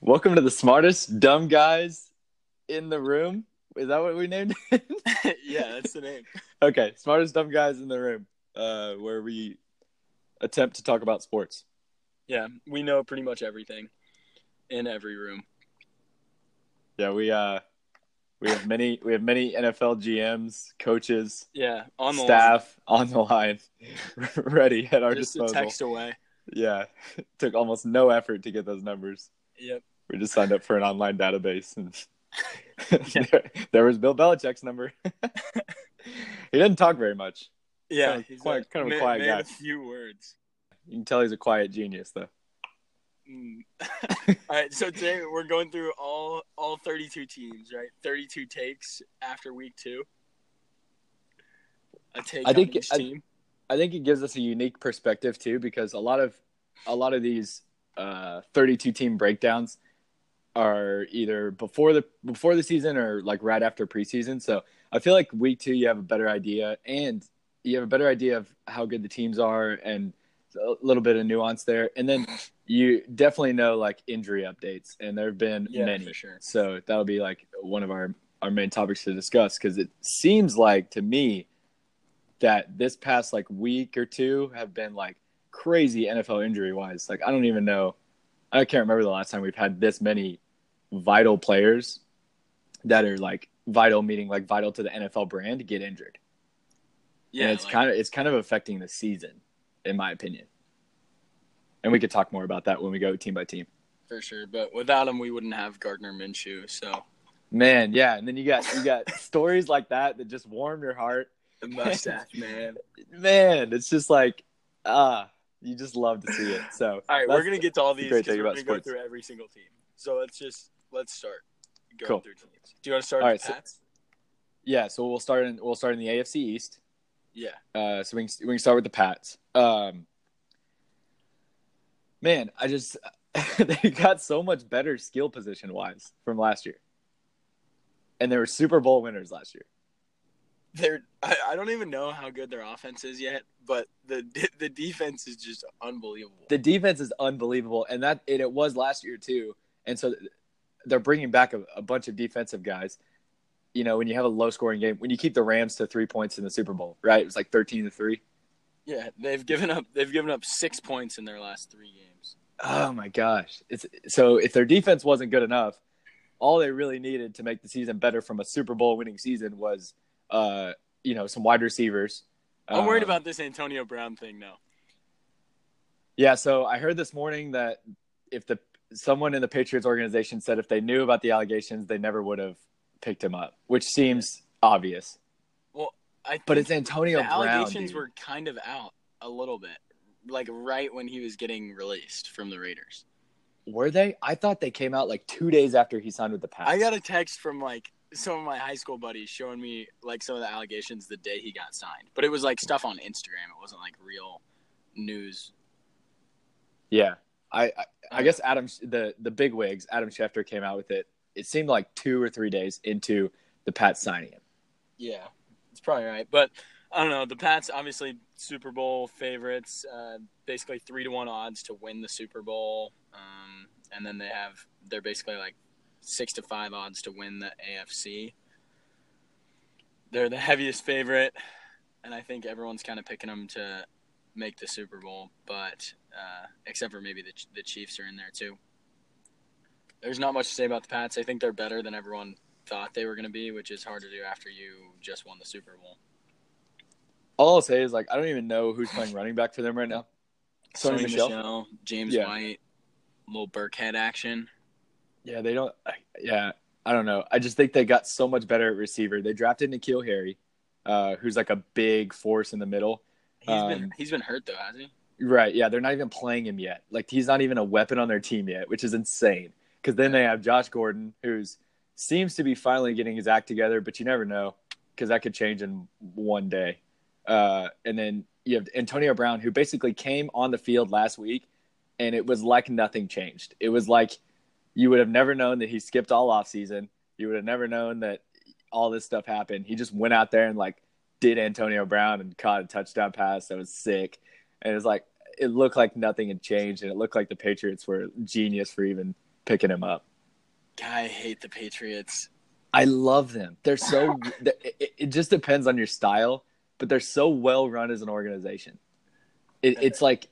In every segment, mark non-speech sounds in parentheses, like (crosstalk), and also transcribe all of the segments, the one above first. Welcome to the smartest dumb guys in the room. Is that what we named (laughs) it? (laughs) yeah, that's the name. okay, smartest dumb guys in the room, uh, where we attempt to talk about sports. Yeah, we know pretty much everything in every room. Yeah, we uh, we have many we have many NFL GMs, coaches, Yeah, on the staff on the line, (laughs) ready at our line. just a disposal. text away. Yeah, (laughs) took almost no effort to get those numbers. Yep. We just signed up for an online database, and (laughs) there, there was Bill Belichick's number. (laughs) he didn't talk very much. Yeah, Kind of he's quiet- kind of a ma- quiet made guy. A few words. You can tell he's a quiet genius, though. Mm. (laughs) (laughs) all right, so today we're going through all all 32 teams, right? 32 takes after week two. A take I on think- each I- team. I think it gives us a unique perspective too, because a lot of a lot of these uh, 32 team breakdowns are either before the before the season or like right after preseason. So I feel like week two you have a better idea, and you have a better idea of how good the teams are, and a little bit of nuance there. And then you definitely know like injury updates, and there have been Yeah, many. for sure. So that'll be like one of our our main topics to discuss because it seems like to me that this past like week or two have been like crazy NFL injury wise. Like I don't even know, I can't remember the last time we've had this many vital players that are like vital, meaning like vital to the NFL brand, get injured. Yeah, Yeah, it's kind of it's kind of affecting the season, in my opinion. And we could talk more about that when we go team by team. for sure. But without him, we wouldn't have Gardner Minshew. So Man, yeah, and then you got you got stories like that that just warm your heart. (laughs) the mustache, man. Man, it's just like ah, you just love to see it. So All right, that's- we're gonna get to all these. great 'cause thing we're about gonna sports. go through every single team. So let's just let's start going Cool. through teams. Do you want to start All with right, the so- Pats? yeah. So we'll start in we'll start in the AFC East. yeah, Uh, so we can, we can start with the Pats. Um, man, I just (laughs) they got so much better skill position wise from last year, and they were Super Bowl winners last year. they're. I, I don't even know how good their offense is yet, but the (laughs) de- the defense is just unbelievable. The defense is unbelievable, and that and it was last year too. And so they're bringing back a, a bunch of defensive guys. You know, when you have a low scoring game, when you keep the Rams to three points in the Super Bowl, right? It was like thirteen to three. yeah, they've given up. They've given up six points in their last three games. Oh my gosh. It's so if their defense wasn't good enough, all they really needed to make the season better from a Super Bowl winning season was uh, you know, some wide receivers. I'm worried Um, about this Antonio Brown thing now. Yeah, so I heard this morning that if the someone in the Patriots organization said if they knew about the allegations, they never would have picked him up, which seems obvious. I But think it's Antonio the Brown. allegations dude. were kind of out a little bit, like right when he was getting released from the Raiders. Were they? I thought they came out like 2 days after he signed with the Pats. I got a text from like some of my high school buddies showing me like some of the allegations the day he got signed, but it was like stuff on Instagram. It wasn't like real news. Yeah, I I, I guess Adam the the big wigs Adam Schefter came out with it. It seemed like two or three days into the Pat signing him. Yeah, it's probably right, but I don't know. The Pats obviously Super Bowl favorites, uh, basically three to one odds to win the Super Bowl, um, and then they have they're basically like six to five odds to win the AFC. They're the heaviest favorite, and I think everyone's kind of picking them to make the Super Bowl, but uh, except for maybe the the Chiefs are in there too. There's not much to say about the Pats. I think they're better than everyone thought they were going to be, which is hard to do after you just won the Super Bowl. All I'll say is like I don't even know who's playing running back for them right now. Sony Michel? James Yeah. White, little Burkhead action. Yeah, they don't. I, yeah, I don't know. I just think they got so much better at receiver. They drafted Nikhil Harry, uh, who's like a big force in the middle. He's been Um, he's been hurt though, hasn't he? Right. Yeah, they're not even playing him yet. Like he's not even a weapon on their team yet, which is insane. Because then they have Josh Gordon, who's seems to be finally getting his act together, but you never know because that could change in one day. Uh, and then you have Antonio Brown, who basically came on the field last week, and it was like nothing changed. It was like you would have never known that he skipped all off season. You would have never known that all this stuff happened. He just went out there and like did Antonio Brown and caught a touchdown pass that was sick. And it was like it looked like nothing had changed, and it looked like the Patriots were genius for even picking him up. God, I hate the Patriots. I love them. They're (laughs) so. they're- it, it just depends on your style, but they're so well run as an organization. It, it's like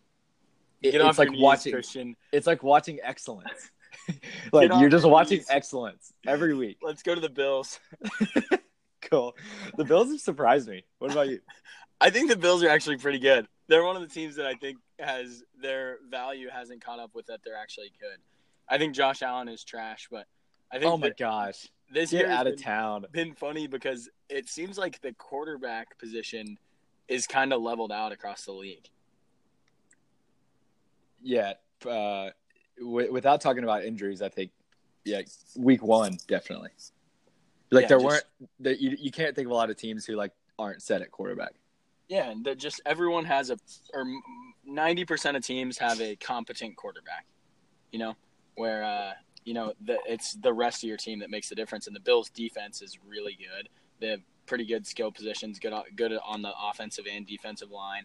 it- Get off it's like your knees, watching. Christian. It's like watching excellence. (laughs) like off you're just your watching knees. excellence every week. Let's go to the Bills. Cool. The Bills have surprised me. What about you? I think the Bills are actually pretty good. They're one of the teams that I think has their value hasn't caught up with that they're actually good. I think Josh Allen is trash, but (laughs) I think Oh my that gosh! this Get year has out of been- town. been funny because it seems like the quarterback position is kind of leveled out across the league. Yeah. Uh, w- without talking about injuries, I think yeah, week one definitely. Like Yeah, there just- weren't. There, you, you can't think of a lot of teams who like aren't set at quarterback. Yeah, and that just everyone has a or ninety percent of teams have a competent quarterback. You know, where uh, you know the, it's the rest of your team that makes the difference, and the Bills' defense is really good. They have pretty good skill positions, good o- good on the offensive and defensive line.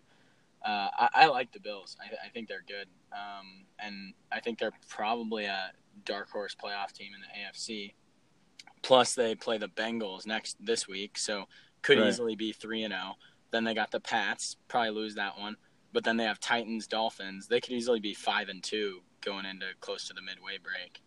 Uh, I, I like the Bills. I, I think they're good, um, and I think they're probably a dark horse playoff team in the AFC. Plus, they play the Bengals next this week, so could Right. easily be three and zero. Then they got the Pats, probably lose that one. But then they have Titans, Dolphins. They could easily be five and two going into close to the midway break.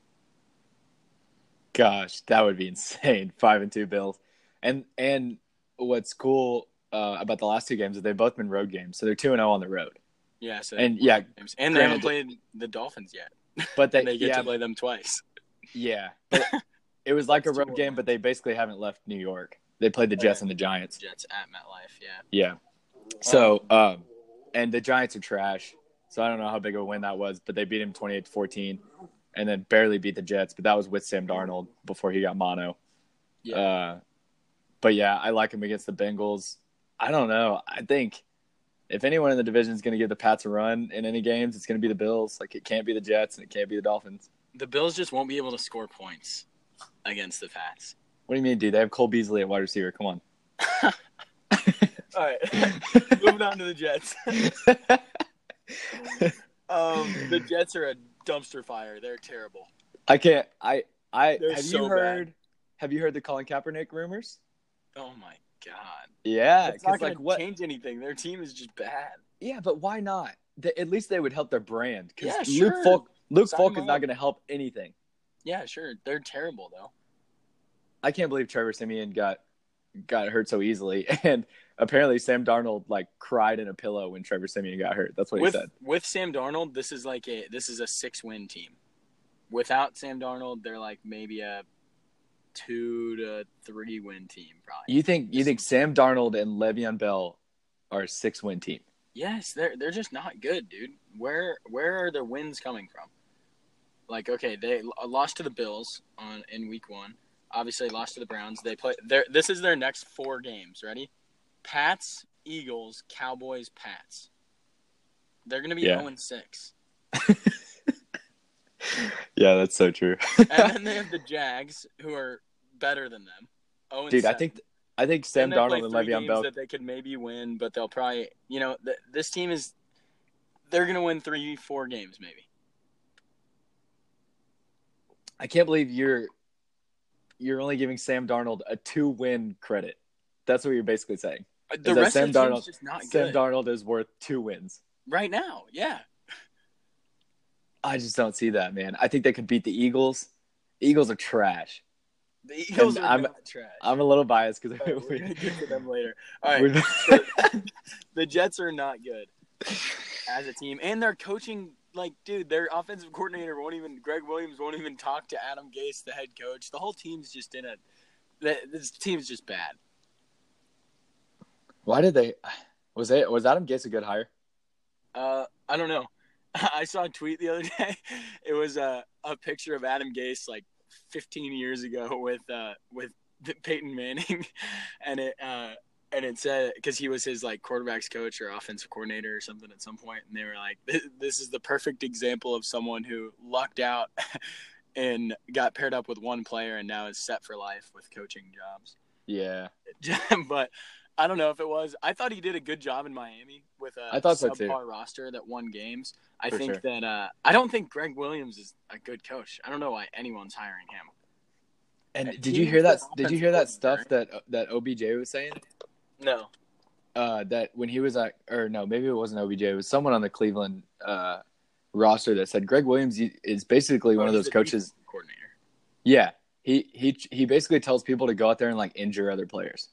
Gosh, that would be (laughs) insane. Five and two Bills, and and what's cool uh, about the last two games is they've both been road games, so they're two and zero on the road. Yeah, so And yeah, and they haven't granted- played the Dolphins yet. but they, They get yeah, to play them twice. yeah. (laughs) But it was like a That's road two game, more. but they basically haven't left New York. They played the Jets and the Giants. Jets at MetLife, yeah. Yeah. So, um, and the Giants are trash. So I don't know how big of a win that was, but they beat him 28 to 14 and then barely beat the Jets. But that was with Sam Darnold before he got mono. Yeah. Uh, but yeah, I like him against the Bengals. I don't know. I think if anyone in the division is going to give the Pats a run in any games, it's going to be the Bills. Like it can't be the Jets and it can't be the Dolphins. The Bills just won't be able to score points against the Pats. What do you mean, dude? They have Cole Beasley at wide receiver. Come (laughs) on. (laughs) All right. (laughs) Moving on to the Jets. Um, the Jets are a dumpster fire. They're terrible. I can't. I I They're have so you bad. heard? Have you heard the Colin Kaepernick rumors? Oh my god. Yeah, It's not 'cause, gonna like what? change anything. Their team is just bad. Yeah, but why not? The, at least they would help their brand. 'cause Yeah, Luke sure. Falk, Luke Sign Falk him is not up. going to help anything. Yeah, sure. They're terrible though. I can't believe Trevor Simeon got got hurt so easily, (laughs) and apparently Sam Darnold like cried in a pillow when Trevor Simeon got hurt. That's what with he said. with Sam Darnold, this is like a this is a six win team. Without Sam Darnold, they're like maybe a two to three win team probably. You think you think Sam Darnold and Le'Veon Bell are a six win team? Yes, they're they're just not good, dude. Where where are their wins coming from? Like okay, they l- lost to the Bills on in week one. Obviously lost to the Browns. They play. Their, this is their next four games. Ready? Pats, Eagles, Cowboys, Pats. They're gonna be Yeah. zero and six. Yeah, that's so true, and then they have the Jags, who are better than them. Oh, dude. I think I think Sam and they'll play Darnold and three games Le'Veon Bell. that they could maybe win, but they'll probably, you know, th- this team is they're going to win three, four games maybe. I can't believe you're you're only giving Sam Darnold a two win credit. That's what you're basically saying. The that rest Sam of the team Darnold- is just not Sam good Darnold is worth two wins. right now. Yeah, I just don't see that, man. I think they could beat the Eagles. Eagles are trash. the Eagles And are I'm- not trash. I'm a little biased (laughs) because All right, we're gonna get to them later. All right, we, the Jets are not good as a team, and their coaching, like, dude, their offensive coordinator won't even Greg Williams won't even talk to Adam Gase, the head coach. The whole team's just in a. th- This team's just bad. (laughs) why did they? Was it was Adam Gase a good hire? Uh, I don't know. (laughs) I saw a tweet the other (laughs) day. It was a a picture of Adam Gase like 15 years ago with uh with Peyton Manning, (laughs) and it uh and it said because he was his like quarterbacks coach or offensive coordinator or something at some point, and they were like, "This, this is the perfect example of someone who lucked out." (laughs) And got paired up with one player, and now is set for life with coaching jobs. Yeah, (laughs) but I don't know if it was. I thought he did a good job in Miami with a I thought so, subpar too. roster that won games. I For think sure. that uh, I don't think Greg Williams is a good coach. I don't know why anyone's hiring him. And Yeah, did he you hear that? was the Did you offensive hear that stuff coordinator, that that OBJ was saying? No, Uh, that when he was at, or no, maybe it wasn't OBJ. It was someone on the Cleveland uh, roster that said Greg Williams is basically one of He's those the coaches. defensive coordinator. Yeah, he he he basically tells people to go out there and like injure other players.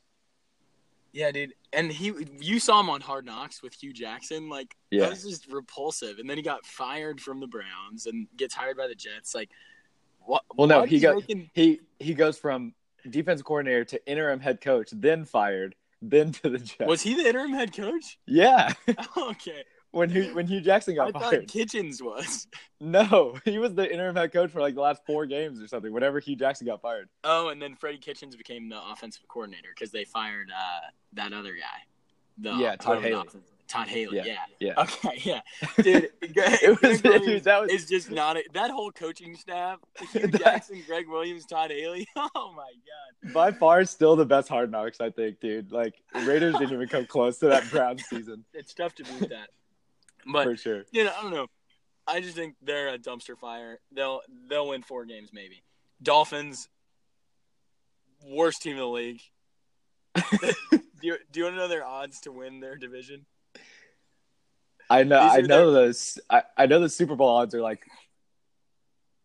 Yeah, dude. And he, you saw him on Hard Knocks with Hugh Jackson. Like Yeah. that was just repulsive. And then he got fired from the Browns and gets hired by the Jets. Like, what? Well, no, why he is got- making- He he goes from defense coordinator to interim head coach, then fired, then to the Jets. was he the interim head (laughs) coach? (laughs) yeah, okay, when Hugh, when Hugh Jackson I got thought fired. Kitchens was. No, he was the interim head coach for like the last four games or something. Whenever Hugh Jackson got fired. Oh, and then Freddie Kitchens became the offensive coordinator because they fired uh, that other guy. The, Yeah, Todd whoever the Haley. offensive- Todd Haley. Yeah, Yeah. yeah. Okay. (laughs) Yeah. Dude, It was, Greg dude, Williams that was is just not a, that whole (laughs) coaching staff. Hugh That- Jackson, Greg Williams, Todd Haley. (laughs) Oh my god. by far still the best hard knocks, I think, dude. Like Raiders didn't even come close to that Browns season It's tough to (laughs) beat that. But for sure. you know, I don't know. I just think they're a dumpster fire. They'll they'll win four games maybe. Dolphins, worst team in (laughs) the league. do you do you want to know their odds to win their division? I know These I are know those I, I know the Super Bowl odds are like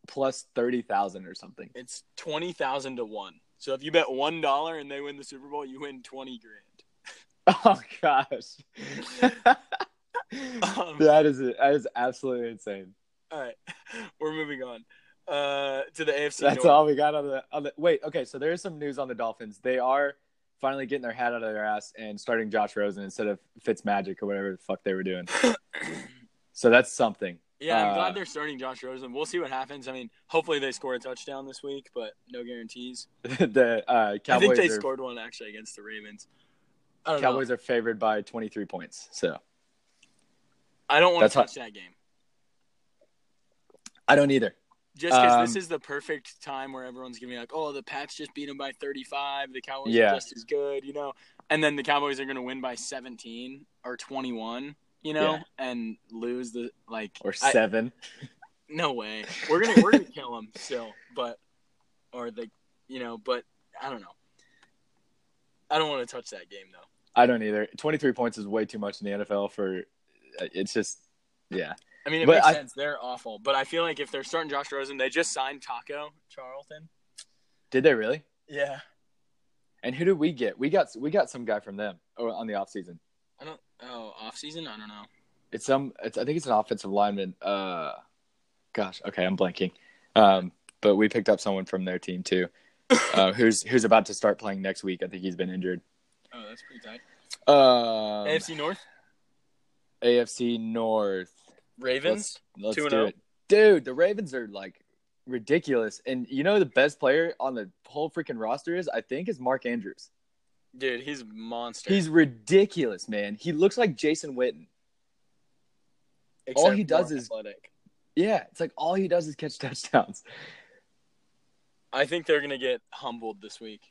plus thirty thousand or something. (laughs) It's twenty thousand to one. So if you bet one dollar and they win the Super Bowl, you win (laughs) twenty grand. Oh gosh. (laughs) Um, that is that is absolutely (laughs) insane. All right, we're moving on uh, to the AFC. That's North. all we got on the, on the wait, okay, so there is some news on the Dolphins. They are finally getting their hat out of their ass and starting Josh Rosen instead of Fitzmagic or whatever the fuck they were (laughs) doing. So that's something. (laughs) Yeah, I'm Uh, glad they're starting Josh Rosen. We'll see what happens. I mean, hopefully they score a touchdown this week, but no guarantees. the uh, Cowboys I think they are scored one actually against the Ravens. I don't Cowboys are favored by 23 points. So know. I don't want That's to how- touch that game. I don't either. Just because this Um, is the perfect time where everyone's gonna be like, "Oh, the Pats just beat them by 35. The Cowboys Yeah. are just as good," you know. And then the Cowboys are gonna win by 17 or 21, you know, Yeah. and lose the like. Or I- seven. no way. We're gonna (laughs) we're gonna kill them still, but or the you know, but I don't know. I don't want to touch that game though. I, don't either. 23 points is way too much in the NFL for. uh, It's just, yeah. I mean, it But makes I- sense. They're awful, but I feel like if they're starting Josh Rosen, they just signed Taco Charlton. Did they really? Yeah, And who did we get? We got we got some guy from them oh, on the offseason. I don't. Oh, off season, I don't know. It's some. It's, I think it's an offensive lineman. Uh, gosh. Okay, I'm blanking. Um, but we picked up someone from their team too, (laughs) uh, who's who's about to start playing next week. I think he's been injured. Oh, that's pretty tight. Um, AFC North AFC North. Ravens. Let's Two and do oh. it. Dude, the Ravens are like ridiculous. And you know the best player on the whole freaking roster is, I think, is Mark Andrews. Dude, he's a monster. He's ridiculous, man. He looks like Jason Witten. all he does more is- athletic. Yeah, it's like all he does is catch touchdowns. I think they're gonna get humbled this week.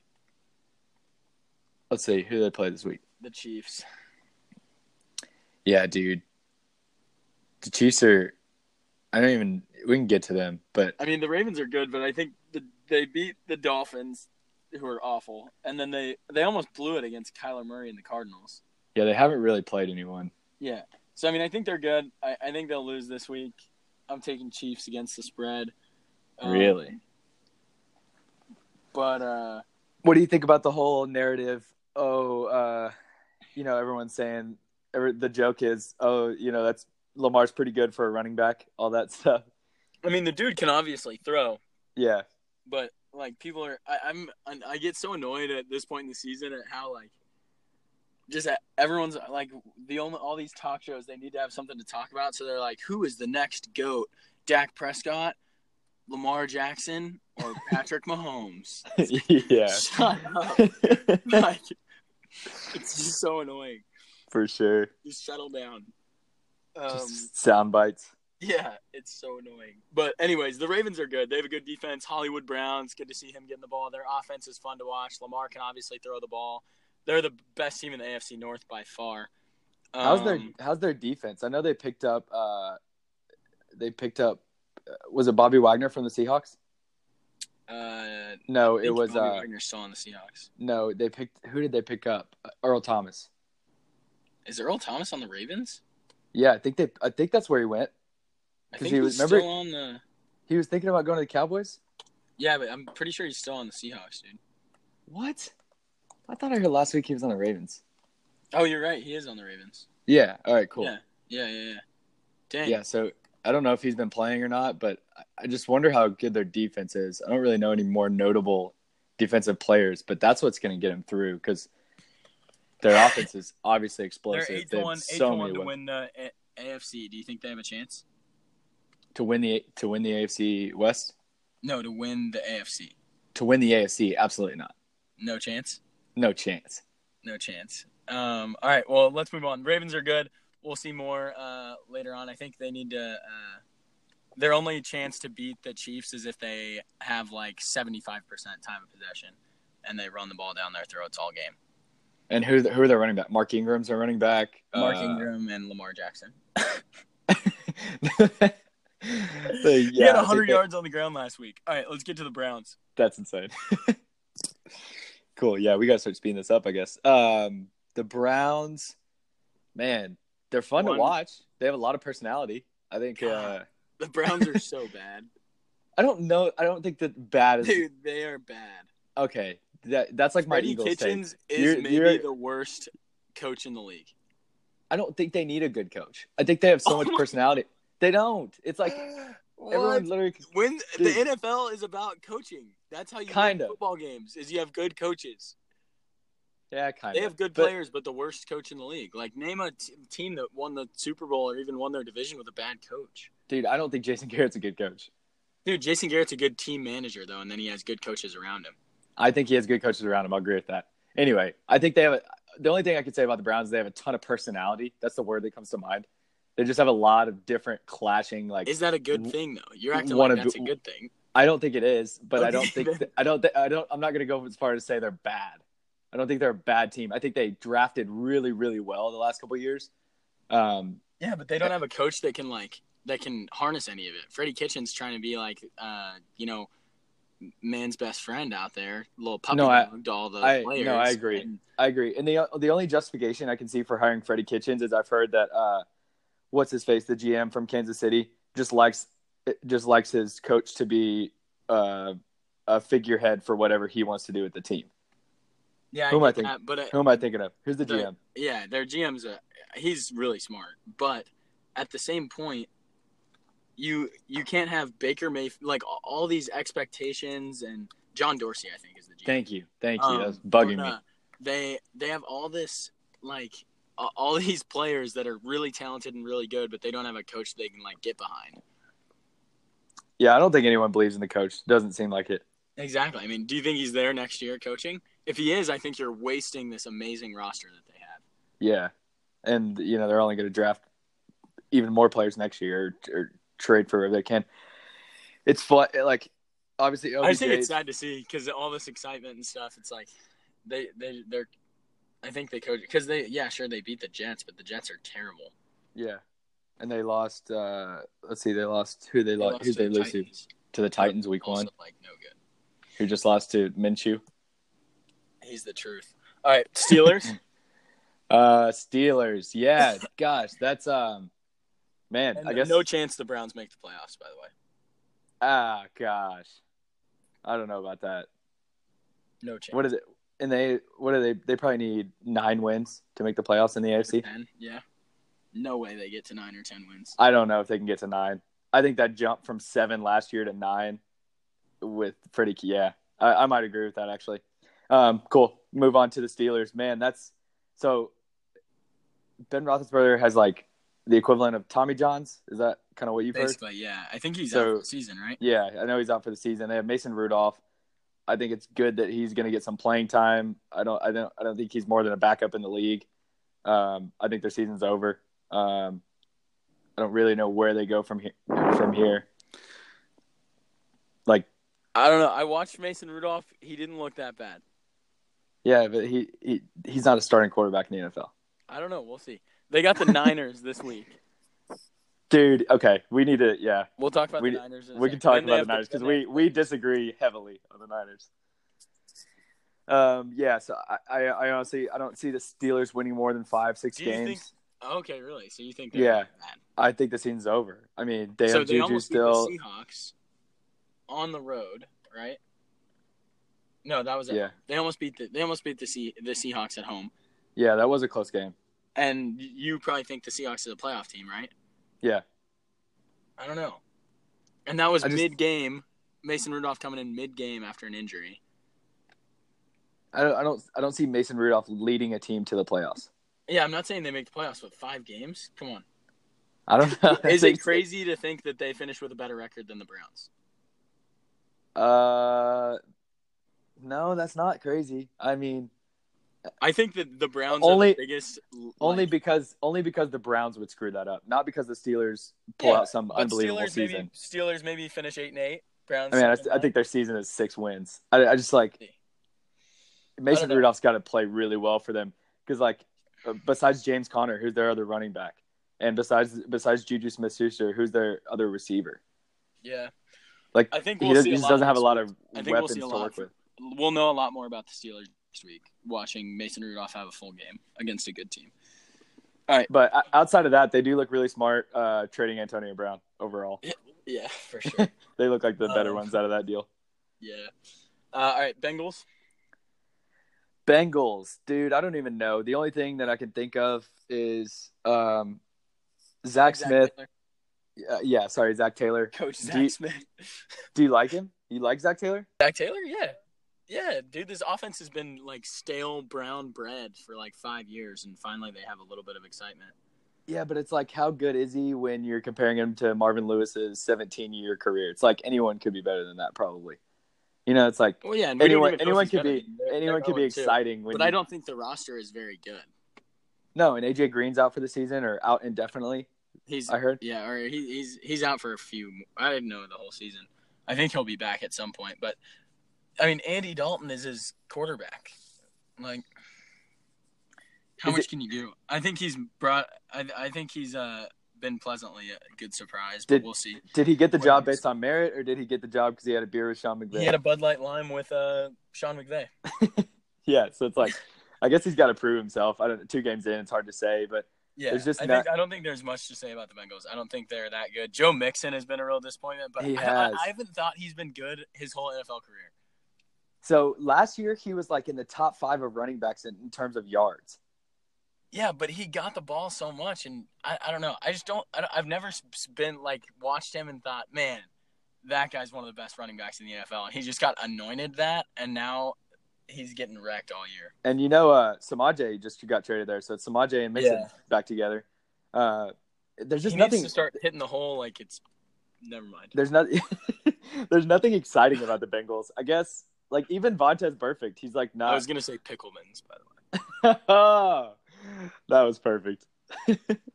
Let's see who do they play this week. The Chiefs. Yeah, dude. The Chiefs are I don't even we can get to them, but I mean, the Ravens are good, but I think the, they beat the Dolphins, who are awful, and then they they almost blew it against Kyler Murray and the Cardinals. yeah, they haven't really played anyone. Yeah. So I mean, I think they're good. I, I think they'll lose this week. I'm taking Chiefs against the spread. Um, Really? But uh, what do you think about the whole narrative? Oh, uh, you know, everyone's saying every, the joke is, oh, you know, that's Lamar's pretty good for a running back, all that (laughs) stuff. I mean, the dude can obviously throw, Yeah, but like people are, I, I'm, I get so annoyed at this point in the season at how like just at, everyone's like the only all these talk shows they need to have something to talk about, so they're like, who is the next goat? Dak Prescott, Lamar Jackson, or (laughs) Patrick Mahomes? (laughs) yeah, Shut up. (laughs) like, it's just so annoying. (laughs) for sure. Just settle down. Um, Just sound bites. yeah, it's so annoying. But anyways, the Ravens are good. They have a good defense. Hollywood Brown's good to see him getting the ball. Their offense is fun to watch. Lamar can obviously throw the ball. they're the best team in the AFC North by far. Um, How's their How's their defense? I know they picked up. Uh, they picked up. uh, Was it Bobby Wagner from the Seahawks? Uh, No, I it think was. Bobby Uh, Wagner still on the Seahawks. no, they picked. Who did they pick up? Uh, Earl Thomas. Is Earl Thomas on the Ravens? Yeah, I think they. I think that's where he went. I 'Cause think he he's was- remember- still on the. He was thinking about going to the Cowboys. Yeah, but I'm pretty sure he's still on the Seahawks, dude. What? I thought I heard last week he was on the Ravens. Oh, you're right. He is on the Ravens. Yeah. All right. Cool. Yeah. Yeah, yeah, yeah. Dang. Yeah, so I don't know if he's been playing or not, but I- I just wonder how good their defense is. I don't really know any more notable defensive players, but that's what's going to get him through because (laughs) their offense is obviously They're explosive. eight They to have one, eight so to one many to wep- win the A- AFC. Do you think they have a chance? to win the to win the AFC West. No, to win the AFC. To win the AFC, absolutely not. No chance. No chance. No chance. Um, all right. Well, let's move on. Ravens are good. We'll see more uh, later on. I think they need to. Uh, their only chance to beat the Chiefs is if they have like seventy-five percent time of possession, and they run the ball down their throats all game. And who who are their running back? Mark Ingram's their running back. Mark Uh, Ingram and Lamar Jackson. (laughs) so, he yeah, had I think hundred that- yards on the ground last week. All right, let's get to the Browns. That's insane. (laughs) cool. Yeah, we gotta start speeding this up, I guess. Um, the Browns, man, they're fun One- to watch. They have a lot of personality. I think. Uh, God. The Browns are so (laughs) bad, I don't know. I don't think that bad is dude. They are bad. okay. That that's like my Freddie Eagles take. Kitchens is You're- maybe you're- the worst coach in the league. I don't think they need a good coach. I think they have so Oh (laughs) much my- personality. They don't. It's (gasps) like everyone literally. when Dude. the NFL is about coaching. That's how you Kinda. win football games. Is you have good coaches. Yeah, kind They of. have good But- players, but the worst coach in the league. Like name a t- team that won the Super Bowl or even won their division with a bad coach. Dude, I don't think Jason Garrett's a good coach. Dude, Jason Garrett's a good team manager though, and then he has good coaches around him. I think he has good coaches around him. I'll agree with that. Anyway, I think they have a, the only thing I could say about the Browns is they have a ton of personality. That's the word that comes to mind. They just have a lot of different clashing. Like Is that a good thing though? You're acting One like of that's a the- good thing. I don't think it is, but I don't Okay. think th- I don't th- I don't I'm not going to go as far as to say they're bad. I don't think they're a bad team. I think they drafted really really well the last couple of years. Um, Yeah, but they don't have a coach that can like that can harness any of it. Freddie Kitchens trying to be like, uh, you know, man's best friend out there, little puppy No, I- dog to all the I- players. no, I agree. And I agree. And the the only justification I can see for hiring Freddie Kitchens is I've heard that uh, what's his face, the GM from Kansas City, just likes just likes his coach to be uh, a figurehead for whatever he wants to do with the team. yeah, Who am I get thinking? that, but uh, Who am I thinking of? Who's the The- GM? yeah, their GM's a, he's really smart, but at the same point, you you can't have Baker Mayfield like all, all these expectations and John Dorsey, I think, is the GM. Thank you, thank you. Um, That's bugging me. but, uh, They they have all this like a- all (laughs) these players that are really talented and really good, but they don't have a coach they can like get behind. Yeah, I don't think anyone believes in the coach. Doesn't seem like it. Exactly. I mean, do you think he's there next year coaching? If he is, I think you're wasting this amazing roster that they have. Yeah, and you know they're only going to draft even more players next year or, or trade for whoever they can. It's fun, like obviously. I just think OBJ it's sad to see because all this excitement and stuff. It's like they they they're. I think they coach because they yeah sure they beat the Jets, but the Jets are terrible. Yeah, and they lost. uh Let's see, they lost who they, lost. Who to they the lose to? Titans. To the Titans week Also, one. like no good. Who just lost to Minshew? He's the truth. (laughs) All right, Steelers. Uh Steelers. (laughs) Yeah, gosh, that's um, man. And I guess. no chance the Browns make the playoffs. By the way, ah, gosh, I don't know about that. no chance. What is it? And they what do they? They probably need nine wins to make the playoffs in the AFC. Ten? Yeah, no way they get to nine or ten wins. I don't know if they can get to nine. I think that jump from seven last year to nine with Freddie, yeah, I, I might agree with that actually. Um, cool. Move on to the Steelers. Man, that's so. Ben Roethlisberger has like the equivalent of Tommy John's. Is that kind of what you've heard? Basically, yeah. I think he's So- out for the season, right? Yeah, I know he's out for the season. They have Mason Rudolph. I think it's good that he's going to get some playing time. I don't, I don't, I don't think he's more than a backup in the league. Um, I think their season's over. Um, I don't really know where they go from here. From here, like I don't know. I watched Mason Rudolph. He didn't look that bad. Yeah, but he, he he's not a starting quarterback in the NFL. I don't know. We'll see. They (laughs) got the Niners this week. Dude, okay, we need to. Yeah, We'll talk about We- the Niners. in a we second. can talk Then they about the have Niners because then we, they- we disagree heavily on the Niners. Um, yeah, so I, I, I honestly I don't see the Steelers winning more than five six Do you games. think- Okay, really? So you think? Yeah. they're bad. I think the season's over. I mean, they so have they Juju almost still. beat the Seahawks on the road, right? No, that was it. Yeah, They almost beat the they almost beat the sea the Seahawks at home, yeah, that was a close game. and y- you probably think the Seahawks is a playoff team, right? Yeah. I don't know. And that was I just- mid game. Mason Rudolph coming in mid game after an injury. I don't, I don't I don't see Mason Rudolph leading a team to the playoffs. Yeah, I'm not saying they make the playoffs with five games. Come on. (laughs) I don't know. Is it crazy to think that they finished with a better record than the Browns? Uh, no, that's not crazy. I mean, I think that the Browns are Only- the biggest. only like, because only because the Browns would screw that up, not because the Steelers pull Yeah, out some but unbelievable Steelers season. Maybe, Steelers maybe finish eight and eight. Browns. I mean, I, seven I and think their season is six wins. I, I just like Mason know. Rudolph's got to play really well for them because, like, uh, besides James Conner, who's their other running back, and besides besides Juju Smith-Schuster, who's their other receiver, nine. yeah. like I think he, we'll does, see he a just lot doesn't of have a this lot of I weapons think we'll see a to lot work from- with. We'll know a lot more about the Steelers next week. Watching Mason Rudolph have a full game against a good team. But o- outside of that, they do look really smart uh, trading Antonio Brown overall. (laughs) Yeah, for sure. They look like the better Um, ones out of that deal. yeah. Uh, all right, Bengals. Bengals, dude, I don't even know. The only thing that I can think of is um, Zach Zach Smith. Taylor. (laughs) Uh, yeah, sorry, Zach Taylor. Coach Do Zach you- Smith. (laughs) Do you like him? You like Zach Taylor? Zach Taylor, yeah. Yeah, dude, this offense has been like stale brown bread for like five years, and finally they have a little bit of excitement. Yeah, but it's like, how good is he when you're comparing him to Marvin Lewis's 17 year career? It's like anyone could be better than that, probably. You know, it's like Well, yeah, and we don't anyone even know if anyone he's could better be than- they're- anyone they're could be 0-2. exciting. When But I you- don't think the roster is very good. No, and AJ Green's out for the season or out indefinitely. He's I heard. yeah, or he, he's he's out for a few. I didn't know the whole season. I think he'll be back at some point, but I mean, Andy Dalton is his quarterback. Like, how Is much it- can you do? I think he's brought. I I think he's uh been pleasantly a good surprise, but Did- we'll see. Did he get the Well, job he's- based on merit, or did he get the job because he had a beer with Sean McVay? He had a Bud Light Lime with uh Sean McVay. yeah, so it's like, I guess he's got to prove himself. I don't. Two games in, it's hard to say, but Yeah, There's just I, not- think, I don't think there's much to say about the Bengals. I don't think they're that good. Joe Mixon has been a real disappointment, but He I- has. I, I haven't thought he's been good his whole NFL career. so last year he was like in the top five of running backs in, in terms of yards. Yeah, but he got the ball so much, and I, I don't know. I just don't, I don't. I've never s- s- been like watched him and thought, man, that guy's one of the best running backs in the NFL. And he just got anointed that, and now he's getting wrecked all year. And you know, uh, Samaje just got traded there, so it's Samaje and Mixon Yeah. back together. Uh, there's just he nothing. needs to start hitting the hole like it's. Never mind. There's nothing. (laughs) there's nothing exciting about the Bengals. I guess like even Vontez perfect. He's like I not. was gonna say Pickleman's, by the (laughs) way. that was perfect. (laughs)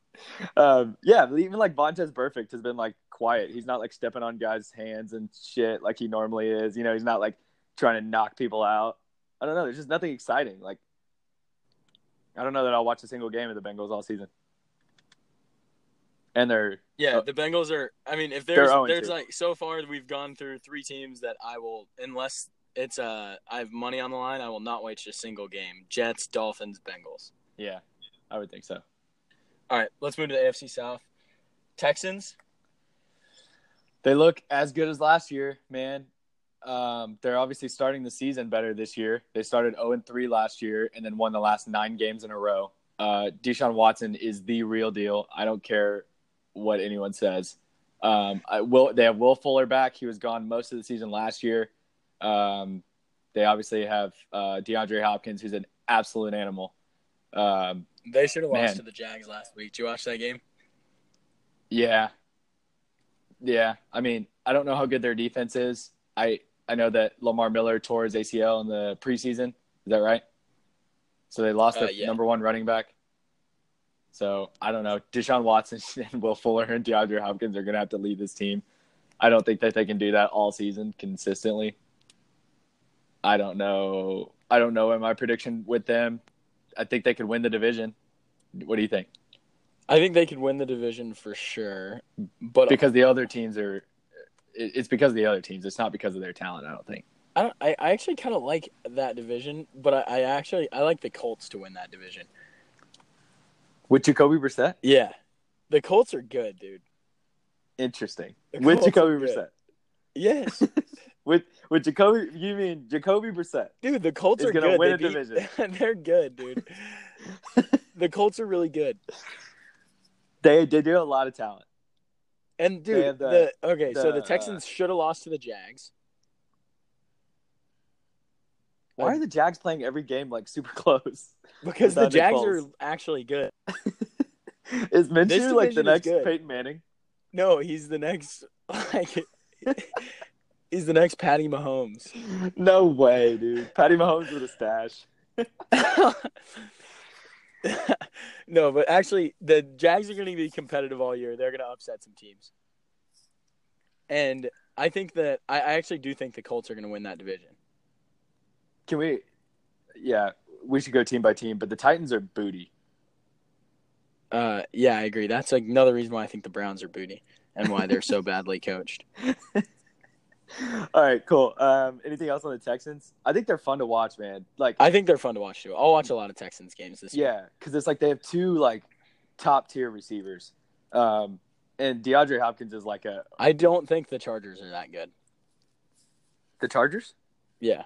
um, yeah, but even like Vontez perfect has been like quiet. He's not like stepping on guys' hands and shit like he normally is. You know, he's not like trying to knock people out. I don't know. There's just nothing exciting. Like, I don't know that I'll watch a single game of the Bengals all season. And they're Yeah, Uh, the Bengals are. I mean, if they're there's 0 and there's 2. like so far we've gone through three teams that I will unless it's uh I have money on the line I will not watch a single game. Jets, Dolphins, Bengals. yeah, I would think so. All right, let's move to the AFC South. Texans. They look as good as last year, man. Um, they're obviously starting the season better this year. They started 0 and 3 last year and then won the last nine games in a row. Uh, Deshaun Watson is the real deal. I don't care what anyone says. Um, I will, they have Will Fuller back. He was gone most of the season last year. Um, they obviously have uh, DeAndre Hopkins, who's an absolute animal. Um, They should have lost Man. to the Jags last week. Did you watch that game? Yeah. Yeah. I mean, I don't know how good their defense is. I I know that Lamar Miller tore his ACL in the preseason. Is that right? So they lost Uh, their yeah. number one running back. So I don't know. Deshaun Watson (laughs) and Will Fuller and DeAndre Hopkins are gonna have to lead this team. I don't think that they can do that all season consistently. I don't know. I don't know. In my prediction with them, I think they could win the division. What do you think? I think they could win the division for sure, but Because the other teams are. it- It's because of the other teams. It's not because of their talent. I don't think. I, don't, I, I actually kind of like that division. But I, I actually I like the Colts to win that division. With Jacoby Brissett, Yeah, the Colts are good, dude. interesting. The With Colts are Jacoby good. Brissett, Yes, with with Jacoby, you mean Jacoby Brissett? (laughs) dude, the Colts He's are gonna good. win They a beat- (laughs) They're good, (laughs) dude. the Colts are really good. They they do have a lot of talent. And They dude, have the, the- okay, so the the, uh, Texans should have lost to the Jags. Why are the Jags playing every game like super (laughs) close? because the without Nick Jags are Foles? actually good. Is This Minshew like the division is next good. Peyton Manning? No, he's the next (laughs) like he's the next Patty Mahomes. (laughs) No way, dude. Patty Mahomes with a stash. no, but actually the Jags are going to be competitive all year. They're going to upset some teams. And I think that I, I actually do think the Colts are going to win that division. Can we? Yeah, we should go team by team. But the Titans are booty. Uh, yeah, I agree. That's like another reason why I think the Browns are booty and why they're so badly (laughs) coached. All right, cool. Um, anything else on the Texans? I think they're fun to watch, man. Like, I think they're fun to watch too. I'll watch a lot of Texans games this year. yeah, because it's like they have two like top tier receivers, um, and DeAndre Hopkins is like a I don't think the Chargers are that good. the Chargers. Yeah.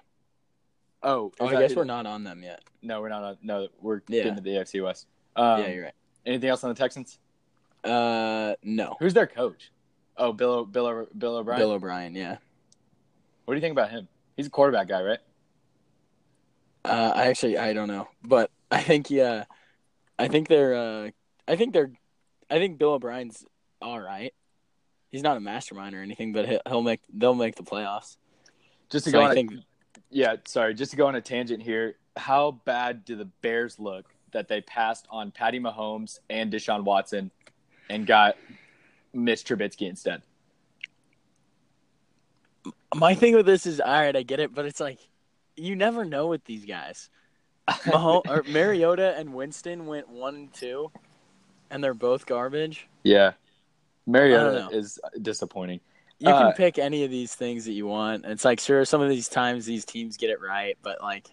Oh, is Oh, I that guess who- we're not on them yet. No, we're not. on- No, we're Yeah. getting to the AFC West. Um, yeah, you're right. Anything else on the Texans? Uh, no. Who's their coach? Oh, Bill, O- Bill, O- Bill O'Brien. Bill O'Brien. Yeah. What do you think about him? He's a quarterback guy, right? Uh, I actually I don't know, but I think yeah, I think they're uh, I think they're, I think Bill O'Brien's all right. He's not a mastermind or anything, but he'll- he'll make they'll make the playoffs. Just to So go I on. a- think yeah, sorry. Just to go on a tangent here. How bad do the Bears look that they passed on Patty Mahomes and Deshaun Watson, and got Mitch Trubisky instead? my thing with this is all right, I get it, but it's like you never know with these guys. Mahone, or Mariota and Winston went one and two, and they're both garbage. yeah, I don't Mariota know. is disappointing. You can Uh, pick any of these things that you want. It's like sure, some of these times these teams get it right, but like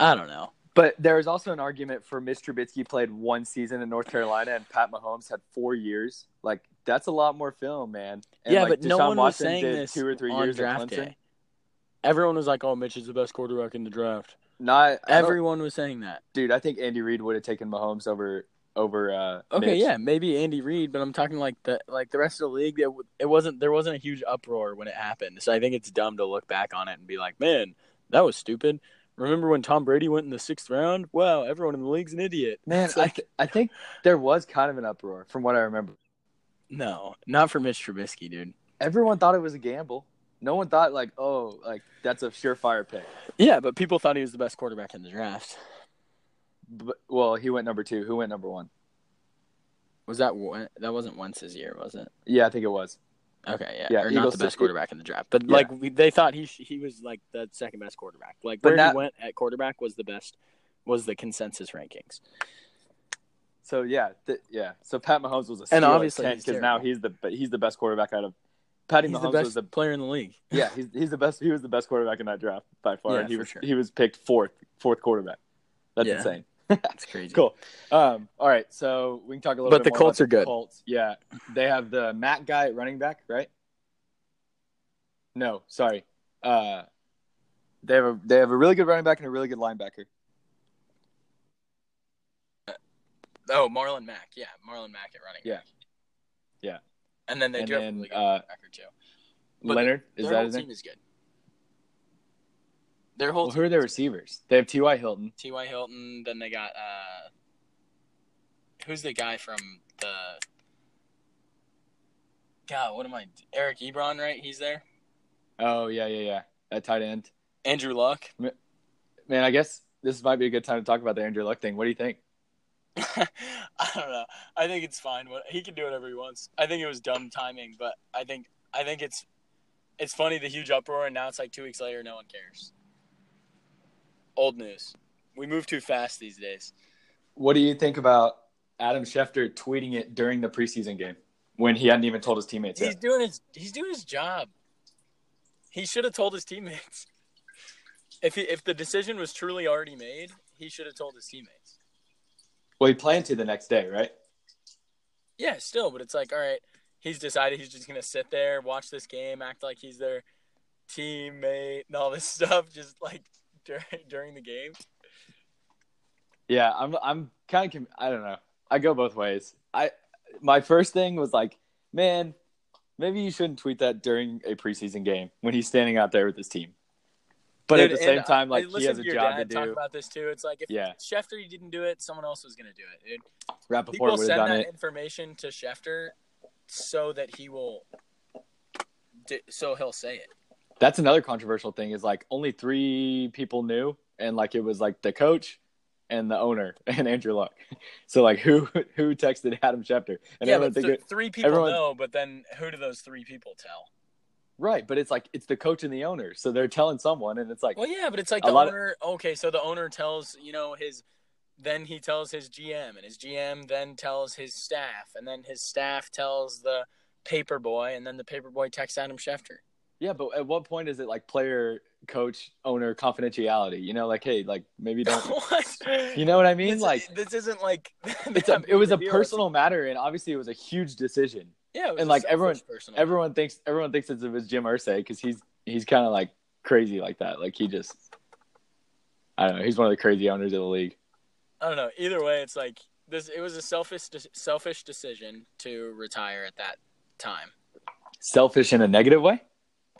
I don't know. But there is also an argument for Mitch Trubisky played one season in North Carolina, and Pat Mahomes had four years. Like that's a lot more film, man. And, yeah, like, but no Deshaun one was Watson saying did this two or three on years at draft Clemson. day. Everyone was like, "Oh, Mitch is the best quarterback in the draft." Not every Everyone was saying that. dude. I think Andy Reid would have taken Mahomes over over. Uh, Okay, Mitch. yeah, maybe Andy Reid, but I'm talking like the like the rest of the league. It, w- it wasn't there wasn't a huge uproar when it happened, so I think it's dumb to look back on it and be like, man, that was stupid. Remember when Tom Brady went in the sixth round? Wow, everyone in the league's an idiot. man. It's I, like, th- I think there was kind of an uproar from what I remember. no, not for Mitch Trubisky, dude. Everyone thought it was a gamble. No one thought like, oh, like that's a surefire pick. Yeah, but people thought he was the best quarterback in the draft. But, well, he went number two. Who went number one? Was that Wen- that wasn't Wentz's year, was it? Yeah, I think it was. Okay, yeah, Yeah, or not Eagles- the best quarterback in the draft, but Yeah. like we, they thought he sh- he was like the second best quarterback. Like But where that- he went at quarterback was the best, was the consensus rankings. So yeah, th- yeah. So Pat Mahomes was a And steal obviously he's because now terrible. he's the but he's the best quarterback out of Patty He's Mahomes the best was the player in the league. yeah he's he's the best he was the best quarterback in that draft by far Yeah, and he for was sure. he was picked fourth fourth quarterback. That's Yeah. insane. It's crazy. Cool. Um, all right, so we can talk a little. bit But more the Colts about are good. Colts, yeah, they have the Matt guy at running back, right? No, sorry. Uh, they have a they have a really good running back and a really good linebacker. Oh, Marlon Mack. Yeah, Marlon Mack at running. Yeah. back. Yeah. And then they And do have then, really good uh, linebacker too. But Leonard is Their that whole his team name? is good. Their whole Well, who are their receivers? They have T. Y. Hilton. T. Y. Hilton. Then they got uh, who's the guy from the? God, what am I? Eric Ebron, right? He's there. Oh yeah, yeah, yeah. At tight end. Andrew Luck. (laughs) man, I guess this might be a good time to talk about the Andrew Luck thing. What do you think? I don't know. I think it's fine. What he can do whatever he wants. I think it was dumb timing, but I think I think it's it's funny the huge uproar, and now it's like two weeks later, no one cares. old news. We move too fast these days. What do you think about Adam Schefter tweeting it during the preseason game when he hadn't even told his teammates? He's Yet? doing his he's doing his job. He should have told his teammates. (laughs) If he, if the decision was truly already made, he should have told his teammates. Well, he planned to the next day, right? Yeah, still, but it's like, all right, he's decided he's just gonna sit there, watch this game, act like he's their teammate, and all this (laughs) stuff, just like during during the game. Yeah, I'm. I'm kind of. Com- I don't know. I go both ways. I my first thing was like, man, maybe you shouldn't tweet that during a preseason game when he's standing out there with his team. But Dude, at the and same time, I like he listened has a to your job to dad Talk do. about this too. It's like if Yeah, Schefter didn't do it, someone else was gonna do it, dude. Rappaport People would have send done that it. information to Schefter so that he will, di- so he'll say it. That's another controversial thing is like only three people knew, and like it was like the coach and the owner (laughs) and Andrew Luck. So like who who texted Adam Schefter? And yeah, everyone but think th- it, three people everyone- know, but then who do those three people tell? right, but it's like it's the coach and the owner, so they're telling someone, and it's like Well, yeah, but it's like A the lot of- owner. okay, so the owner tells you know his, then he tells his GM, and his GM then tells his staff, and then his staff tells the paper boy, and then the paper boy texts Adam Schefter. Yeah, but at what point is it like player, coach, owner confidentiality? You know, like hey, like maybe (laughs) don't. what? you know what I mean? This- (laughs) like this isn't like it's (laughs) a, it was a personal matter, and obviously it was a huge decision. yeah, it was and, a like, selfish everyone- personal Everyone thinks everyone thinks it's of his Jim Irsay because he's he's kind of like crazy like that. Like he just, I don't know. He's one of the crazy owners of the league. I don't know. Either way, it's like this. It was a selfish, de- selfish decision to retire at that time. Selfish in a negative way.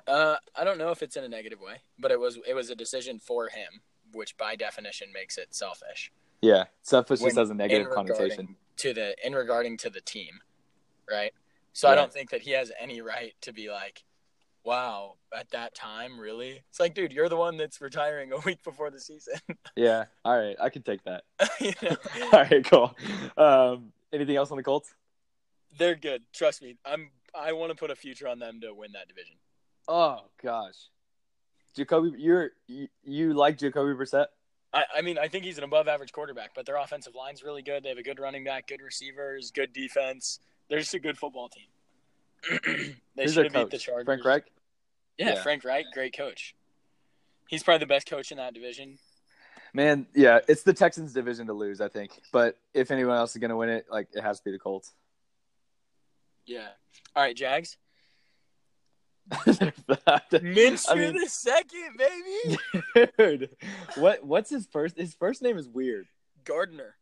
Uh, I don't know if it's in a negative way, but it was it was a decision for him, which by definition makes it selfish. Yeah, selfish When- just has a negative in regarding (laughs) connotation. to the in regarding to the team, right? So I Right. don't think that he has any right to be like, "Wow, at that time, really?" It's like, dude, you're the one that's retiring a (laughs) week before the season. Yeah. All right, I can take (laughs) that. you know? All right, cool. Um, anything else on the Colts? They're good. Trust me. I'm. I want to put a future on them to win that division. Oh gosh, Jacoby, you're you, you like Jacoby Brissett? I, I mean, I think he's an above average quarterback, but their offensive line's really good. They have a good running back, good receivers, good defense. They're just a good football team. (clears throat) they Who's should their have beat coach? the Chargers. Frank Reich. Yeah, Yeah. Frank Reich, great coach. He's probably the best coach in that division. Man, yeah, it's the Texans' division to lose, I think. But if anyone else is going to win it, like it has to be the Colts. (laughs) Yeah. All right, (laughs) Jags. Dude, Minshew I mean- the second, baby. (laughs) what what's his first? His first name is weird. Gardner.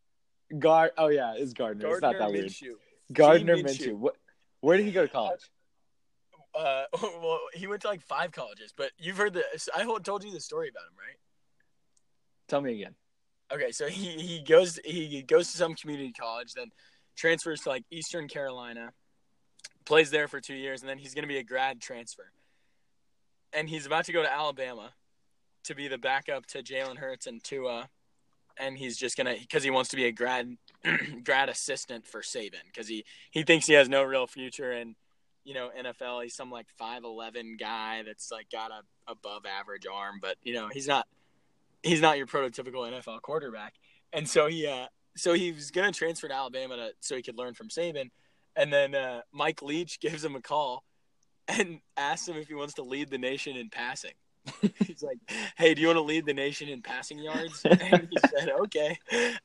Gar. Oh yeah, it's Gardner. Gardner it's not that weird. Minshew. Gardner Minshew. Minshew. What? Where did he go to college? Uh, (laughs) well, he went to like five colleges, but you've heard the. I told you the story about him, right? Tell me again. Okay, so he, he goes he goes to some community college, then transfers to like Eastern Carolina, plays there for two years, and then he's gonna be a grad transfer. And he's about to go to Alabama to be the backup to Jalen Hurts and Tua, and he's just gonna because he wants to be a grad (clears throat) grad assistant for Saban because he he thinks he has no real future in you know NFL. He's some like five eleven guy that's like got a above average arm, but you know he's not he's not your prototypical NFL quarterback. And so he uh, so he was gonna transfer to Alabama to, so he could learn from Saban. And then uh, Mike Leach (laughs) gives him a call and asks him if he wants to lead the nation in passing. (laughs) he's like, "Hey, do you want to lead the nation in passing yards?" (laughs) And he said, "Okay."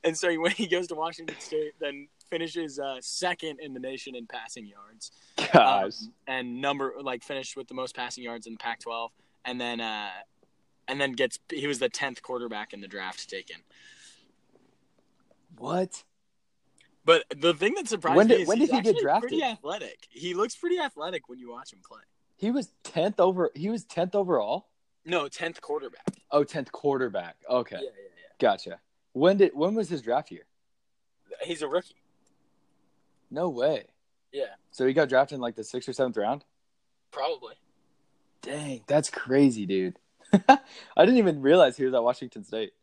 And so when he goes to Washington State, then finishes uh, second in the nation in passing yards um, Gosh, and number like finished with the most passing yards in the Pac-12, and then uh, and then gets he was the tenth quarterback in the draft taken. what? But the thing that surprised When did- me is when he's did he get actually Pretty drafted? athletic. He looks pretty athletic when you watch him play. He was tenth over. He was tenth overall. No, tenth quarterback. Oh, 10th quarterback. Okay, Yeah, yeah, gotcha. When did when was his draft year? yeah. He's a rookie. No way. Yeah, So he got drafted in like the sixth or seventh round. probably. Dang, that's crazy, dude. (laughs) I didn't even realize he was at Washington State.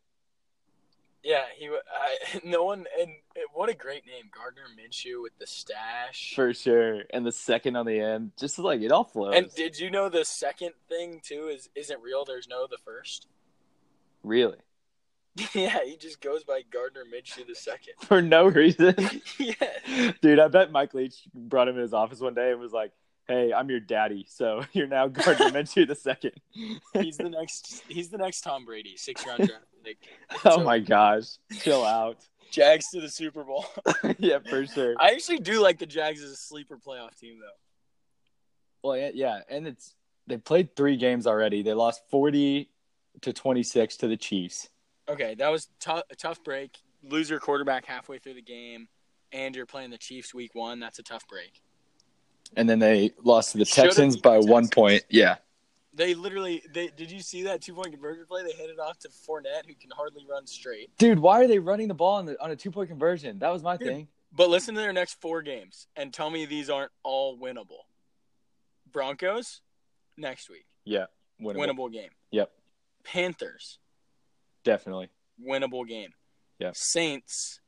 Yeah, he. wa- I, (laughs) no one. And and what a great name, Gardner Minshew with the stash. For sure. And the second on the end, just like it all flows. And did you know the second thing too is isn't real? There's no the first. really? (laughs) yeah, he just goes by Gardner Minshew the second. (laughs) for no reason. (laughs) yeah, Dude, I bet Mike Leach brought him in his office one day and was like, "Hey, I'm your daddy, so (laughs) you're now Gardner Minshew the second. (laughs) he's the next. He's the next Tom Brady, six round draft pick. Oh my gosh, chill out. (laughs) Jags to the Super Bowl. yeah, for sure. (laughs) I actually do like the Jags as a sleeper playoff team, though. Well, yeah, yeah, and it's they played three games already. They lost forty to twenty six to the Chiefs. Okay, that was tou- a tough break. Lose your quarterback halfway through the game, and you're playing the Chiefs week one. That's a tough break. And then they lost to the Should've Texans beat by the one Texans. point. Yeah. They literally. They did you see that two point conversion play? They handed off to Fournette, who can hardly run straight. Dude, why are they running the ball on, the, on a two point conversion? That was my Dude. thing. But listen to their next four games and tell me these aren't all winnable. Broncos next week, Yeah. winnable, Winnable. game. Yep. Panthers Definitely. winnable game. Yeah. Saints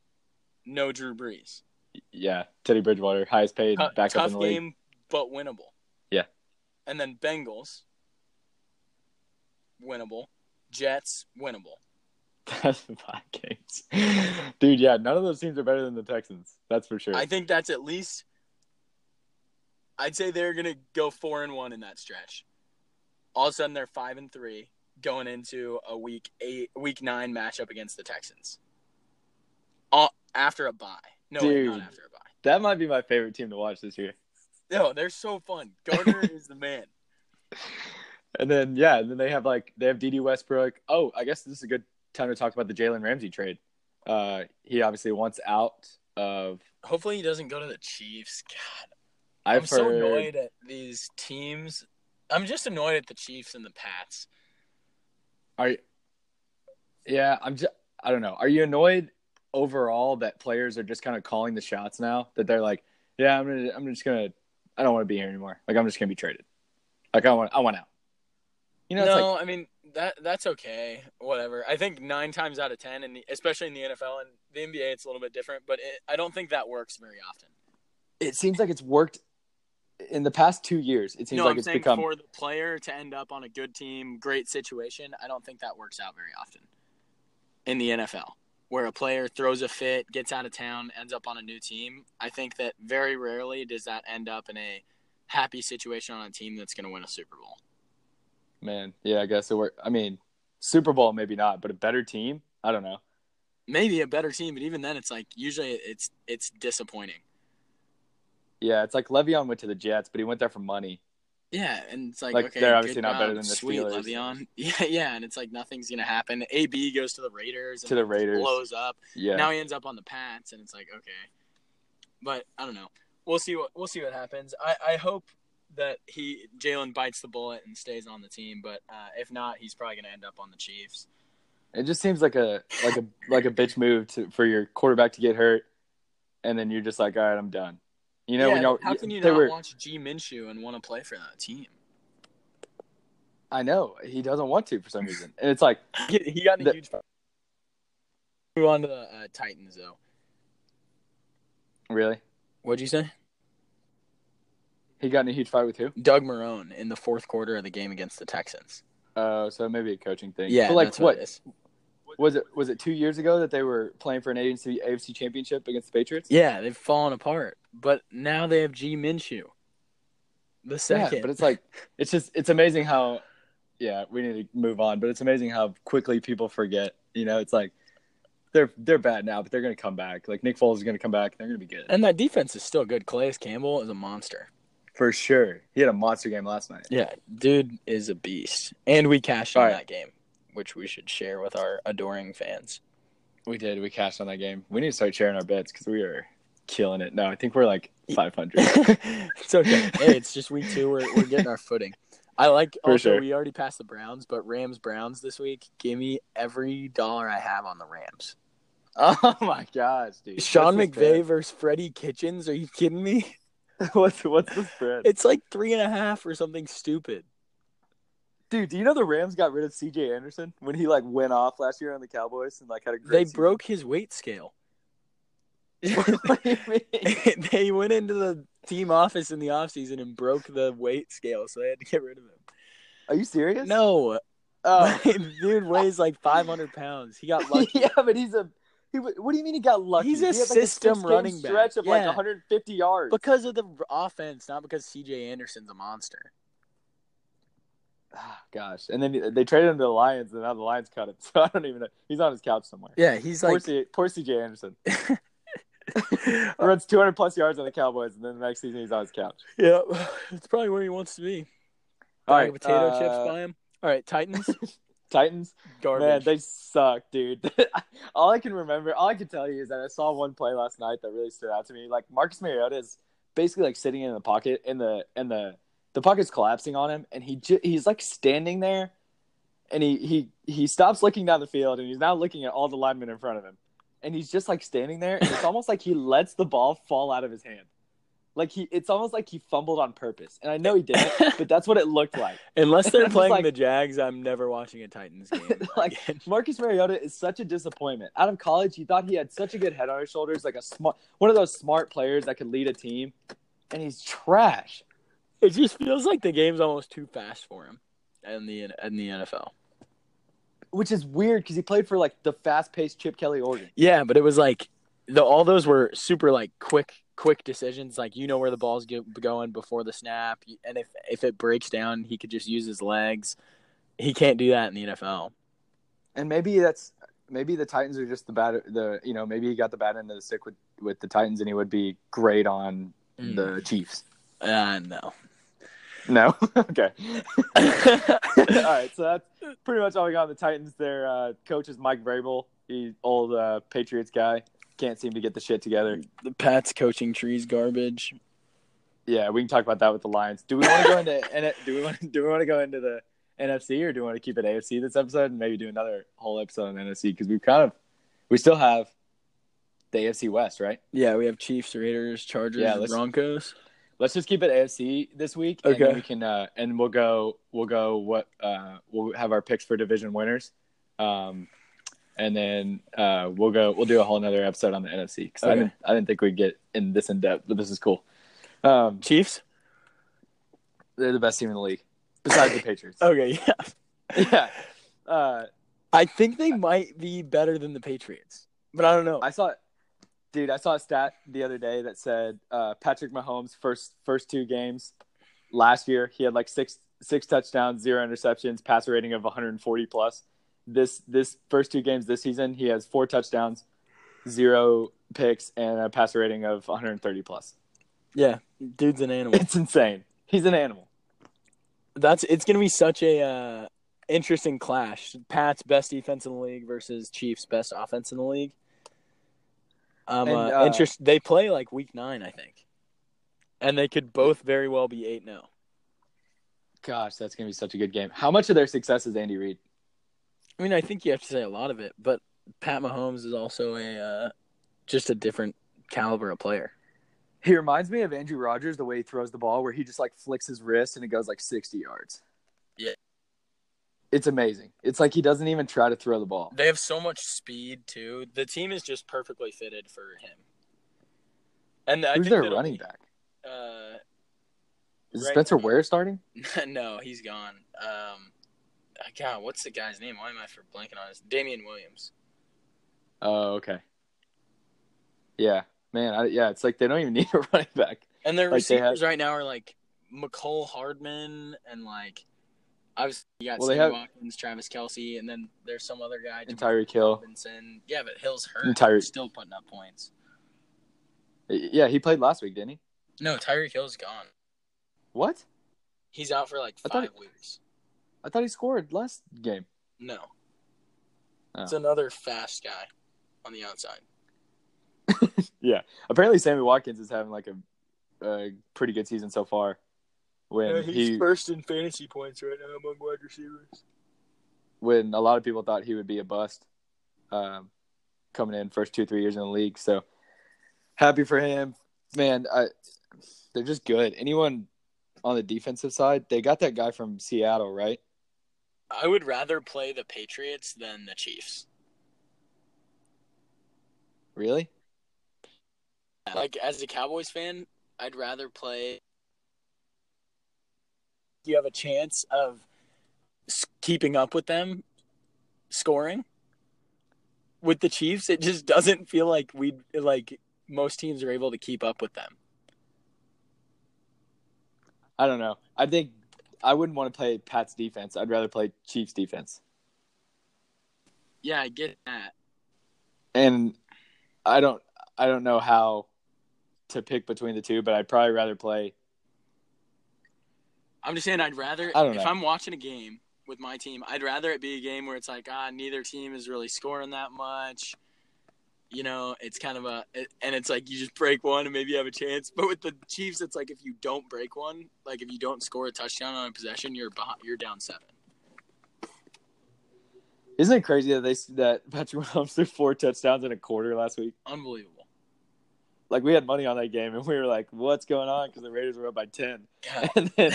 no Drew Brees. Yeah. Teddy Bridgewater, highest paid Tou- backup tough in the league. game, but winnable. Yeah. And then Bengals winnable, Jets winnable. That's (laughs) five games. Dude, yeah, none of those teams are better than the Texans. That's for sure. I think that's at least. I'd say they're gonna go four and one in that stretch. All of a sudden, they're five and three going into a week eight, week nine matchup against the Texans. All, after a bye, no, wait, not Dude. after a bye. that might be my favorite team to watch this year. No, they're so fun. (laughs) Gardner is the man. And then yeah, and then they have like they have DD Westbrook. Oh, I guess this is a good time to talk about the Jalen Ramsey trade. Uh he obviously wants out of Hopefully, he doesn't go to the Chiefs. God, I've I'm so heard- annoyed at these teams. I'm just annoyed at the Chiefs and the Pats. Are yeah, I'm just I don't know. Are you annoyed overall that players are just kind of calling the shots now? That they're like, yeah, I'm gonna, I'm just gonna, I don't want to be here anymore. Like I'm just gonna be traded. Like I want, I want out. You know, it's no, like I mean that that's okay. Whatever. I think nine times out of ten, and especially in the NFL and the NBA, it's a little bit different. But it, I don't think that works very often. it seems like it's worked in the past two years. It seems no, like I'm it's saying become for the player to end up on a good team, great situation. I don't think that works out very often in the NFL, where a player throws a fit, gets out of town, ends up on a new team. I think that very rarely does that end up in a happy situation on a team that's going to win a Super Bowl. man. Yeah, I guess it worked. I mean, Super Bowl maybe not, but a better team. I don't know. Maybe a better team, but even then, it's like usually it's it's disappointing. Yeah, it's like Le'Veon went to the Jets, but he went there for money. Yeah, and it's like, Like, okay, they're good obviously not job, better than the sweet, Steelers. Le'Veon. (laughs) Yeah, yeah, and it's like nothing's gonna happen. AB goes to the Raiders and To the Raiders. blows up. Yeah, Now he ends up on the Pats, and it's like okay, but I don't know. We'll see what we'll see what happens. I, I hope that he Jalen bites the bullet and stays on the team, but uh, if not, he's probably gonna end up on the Chiefs. It just seems like a like a like a bitch move to for your quarterback to get hurt, and then you're just like, all right, I'm done. You know, yeah, when y'all, how can you they not were- watch G Minshew and want to play for that team? I know he doesn't want to for some reason, and it's like, (laughs) He, he got in a The- huge. Move on to the uh, Titans though. really, What'd you say? he got in a huge fight with who? Doug Marone in the fourth quarter of the game against the Texans. Uh, so maybe a coaching thing. Yeah, but like that's what it is. was it? Was it two years ago that they were playing for an AFC AFC championship against the Patriots? Yeah, they've fallen apart, but now they have G Minshew, the second. but it's like it's just it's amazing how. Yeah, we need to move on, but it's amazing how quickly people forget. You know, it's like they're they're bad now, but they're gonna come back. Like Nick Foles is gonna come back, they're gonna be good. and that defense is still good. Clay's Campbell is a monster. For sure. He had a monster game last night. Yeah, dude is a beast, and we cashed on All right. that game, which we should share with our (laughs) adoring fans. We did. We cashed on that game. We need to start sharing our bets because we are killing it. No, I think we're like (laughs) 500. it's okay. Hey, it's just week two. We're we're getting our footing. I like. For also, sure. we already passed the Browns, but Rams Browns this week. Give me every dollar I have on the Rams. oh my gosh, dude. Sean What's the McVay versus Freddie Kitchens? Are you kidding me? spread? (laughs) What's what's the spread? It's like three and a half or something stupid. dude, do you know the Rams got rid of CJ Anderson when he like went off last year on the Cowboys and like had a great They season? broke his (laughs) weight scale. what do you mean? (laughs) they went into the team office in the offseason and broke the weight scale, so they had to get rid of him. Are you serious? No, (laughs) Oh, (laughs) dude weighs like 500 pounds. He (laughs) got lucky. yeah, but he's a. He, wa- what do you mean he got lucky? He's a He had, like, system six-game running back. stretch of like Yeah. 150 yards. Because of the offense, not because CJ Anderson's a monster. Ah, (sighs) gosh, and then they traded him to the Lions, and now the Lions cut him. (laughs) So I don't even know. He's on his couch somewhere. Yeah, he's poor, like C, poor CJ (laughs) Anderson runs 200 plus yards on the Cowboys, and then the next season he's on his couch. Yeah, it's probably where he wants to be. All Bag right, of potato uh, chips by him. All right, Titans Titans. Man, garbage. they suck, dude. (laughs) all I can remember, all I can tell you is that I saw one play last night that really stood out to me. Like Marcus Mariota is basically like sitting in the pocket, and the and the the pocket's collapsing on him, and he ju- he's like standing there, and he he he stops looking down the field, and he's now looking at all the linemen in front of him, and he's just like standing there. And it's almost like he lets the ball fall out of his hand. Like he, it's almost like he fumbled on purpose, and I know he didn't, but that's what it looked like. (laughs) Unless they're Just playing like- the Jags, I'm never watching a Titans game. Like- again. Marcus Mariota is such a disappointment. Out of college, he thought he had such a good head on his shoulders, like a smart one of those smart players that could lead a team, and he's trash. it just feels Feels like the game's almost too fast for him in the in the NFL. Which is weird because he played for like the fast-paced Chip Kelly Oregon. yeah, but it was like the all those were super like quick quick decisions. Like you know where the ball's go- going before the snap, You- and if if it breaks down, he could just use his legs. He can't do that in the NFL. And maybe that's maybe the Titans are just the bad the you know maybe he got the bad end of the stick with with the Titans and he would be great on the Chiefs. uh, no. (laughs) No, (laughs) okay. all right, so that's pretty much all we got on the Titans. Their uh, coach is Mike Vrabel, he's old uh, Patriots guy. Can't seem to get the shit together. the Pats coaching trees garbage. Yeah, we can talk about that with the Lions. Do we want to go into (laughs) N- do we want to, do we want to go into the NFC or do we want to keep it AFC this episode and maybe do another whole episode on NFC because we kind of we still have the AFC West, right? Yeah, we have Chiefs, Raiders, Chargers, Yeah, let's- Broncos. Let's just keep it AFC this week, and then Okay. we can uh, and we'll go we'll go what uh, we'll have our picks for division winners, um, and then uh, we'll go we'll do a whole another episode on the NFC because I Okay. didn't I didn't think we'd get in this in depth, but this is cool. Um, Chiefs? they're the best team in the league besides the Patriots. Okay, (laughs) yeah. (laughs) yeah. Uh, I think they might be better than the Patriots, but I don't know. I saw, dude, I saw a stat the other day that said uh, Patrick Mahomes' first first two games last year he had like six six touchdowns, zero interceptions, passer rating of 140 plus. This this first two games this season he has four touchdowns, zero picks, and a passer rating of 130 plus. yeah, dude's an animal. It's insane. He's an animal. That's it's gonna be such a uh, interesting clash. Pat's best defense in the league versus Chiefs best offense in the league. Um, And, uh, uh, interest. They play like week nine, I think, and they could both very well be eight oh. zero. Gosh, that's gonna be such a good game. How much of their success is Andy Reid? I mean, I think you have to say a lot of it, but Pat Mahomes is also a uh, just a different caliber of player. He reminds me of Andrew Rogers the way he throws the ball, where he just like flicks his wrist and it goes like 60 yards. Yeah. It's amazing. It's like he doesn't even try to throw the ball. They have so much speed too. The team is just perfectly fitted for him. And I Who's think their that- running back? Uh, Is right Spencer now- Ware starting? (laughs) no, he's gone. Um, uh, God, what's the guy's name? Why am I for blanking on his? Damian Williams. Oh, okay. Yeah, man. I, yeah, it's like they don't even (laughs) need a running back. And their Like, they have- receivers right now are like McCole Hardman and like I was you got Well, they Sammy have- Watkins, Travis Kelsey, and then there's some other guy. And Tyreek Hill. Robinson. Yeah, but Hill's hurt. And Tyreek- He's still putting up points. Yeah, he played last week, didn't he? No, Tyreek Hill's gone. What? He's out for like I five thought weeks. I thought he scored last game. No. Oh. It's another fast guy on the outside. Apparently, Sammy Watkins is having like a, a pretty good season so far. When he first in fantasy points right now among wide receivers. when a lot of people thought he would be a bust um, coming in first two three years in the league. So happy for him, man. I, they're just good. Anyone on the defensive side, they got that guy from Seattle, right? I would rather play the Patriots than the Chiefs. Really? Like as a Cowboys fan, I'd rather play. You have a chance of s- keeping up with them scoring with the Chiefs, it just doesn't feel like we like most teams are able to keep up with them. I don't know. I think I wouldn't want to play Pat's defense. I'd rather play Chiefs defense. Yeah, I get that. And I don't I don't know how to pick between the two, but I'd probably rather play I'm just saying I'd rather I don't if know. I'm watching a game with my team, I'd rather it be a game where it's like ah neither team is really scoring that much. You know, it's kind of a it- and it's like you just break one and maybe you have a chance. But with the Chiefs, it's like if you don't break one, like if you don't score a touchdown on a possession, you're behind, you're down seven. Isn't it crazy that they that Patrick Mahomes threw four touchdowns in a quarter last week? Unbelievable. Like we had money on that game, and we were like, "What's going on?" Because the Raiders were up by ten, (laughs) Yeah. and (laughs) then,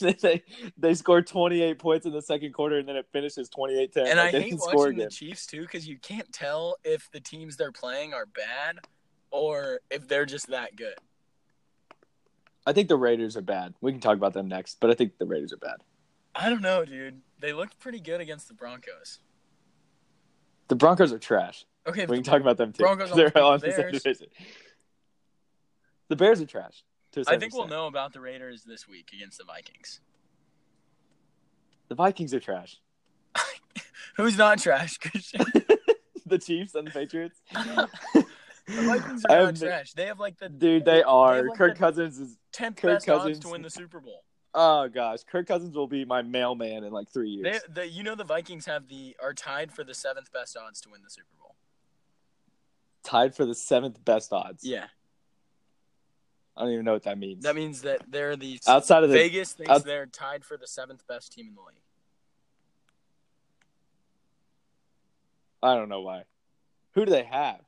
then they they scored twenty eight points in the second quarter, and then it finishes 28-10. And Like, I they hate didn't score watching the again. Chiefs too because you can't tell if the teams they're playing are bad or if they're just that good. I think the Raiders are bad. We can talk about them next, but I think the Raiders are bad. I don't know, dude. They looked pretty good against the Broncos. The Broncos are trash. Okay, We can talk about them too. (laughs) Broncos They're almost on beat the the same Bears. division. The Bears are trash. to a I certain think we'll extent. know about the Raiders this week against the Vikings. (laughs) the Vikings are trash. (laughs) Who's not trash, Christian? The Chiefs and the Patriots. (laughs) the Vikings I are not have no- trash. They have like the Dude, they are. like, Kirk the- Cousins is. tenth Kirk best odds Cousins. to win the Super Bowl. Oh gosh, Kirk Cousins will be my mailman in like three years. They, the, you know, the Vikings have the are tied for the seventh best odds to win the Super Bowl. Tied for the seventh best odds. Yeah, I don't even know what that means. that means that they're the outside of the Vegas thinks out- they're tied for the seventh best team in the league. I don't know why. Who do they have?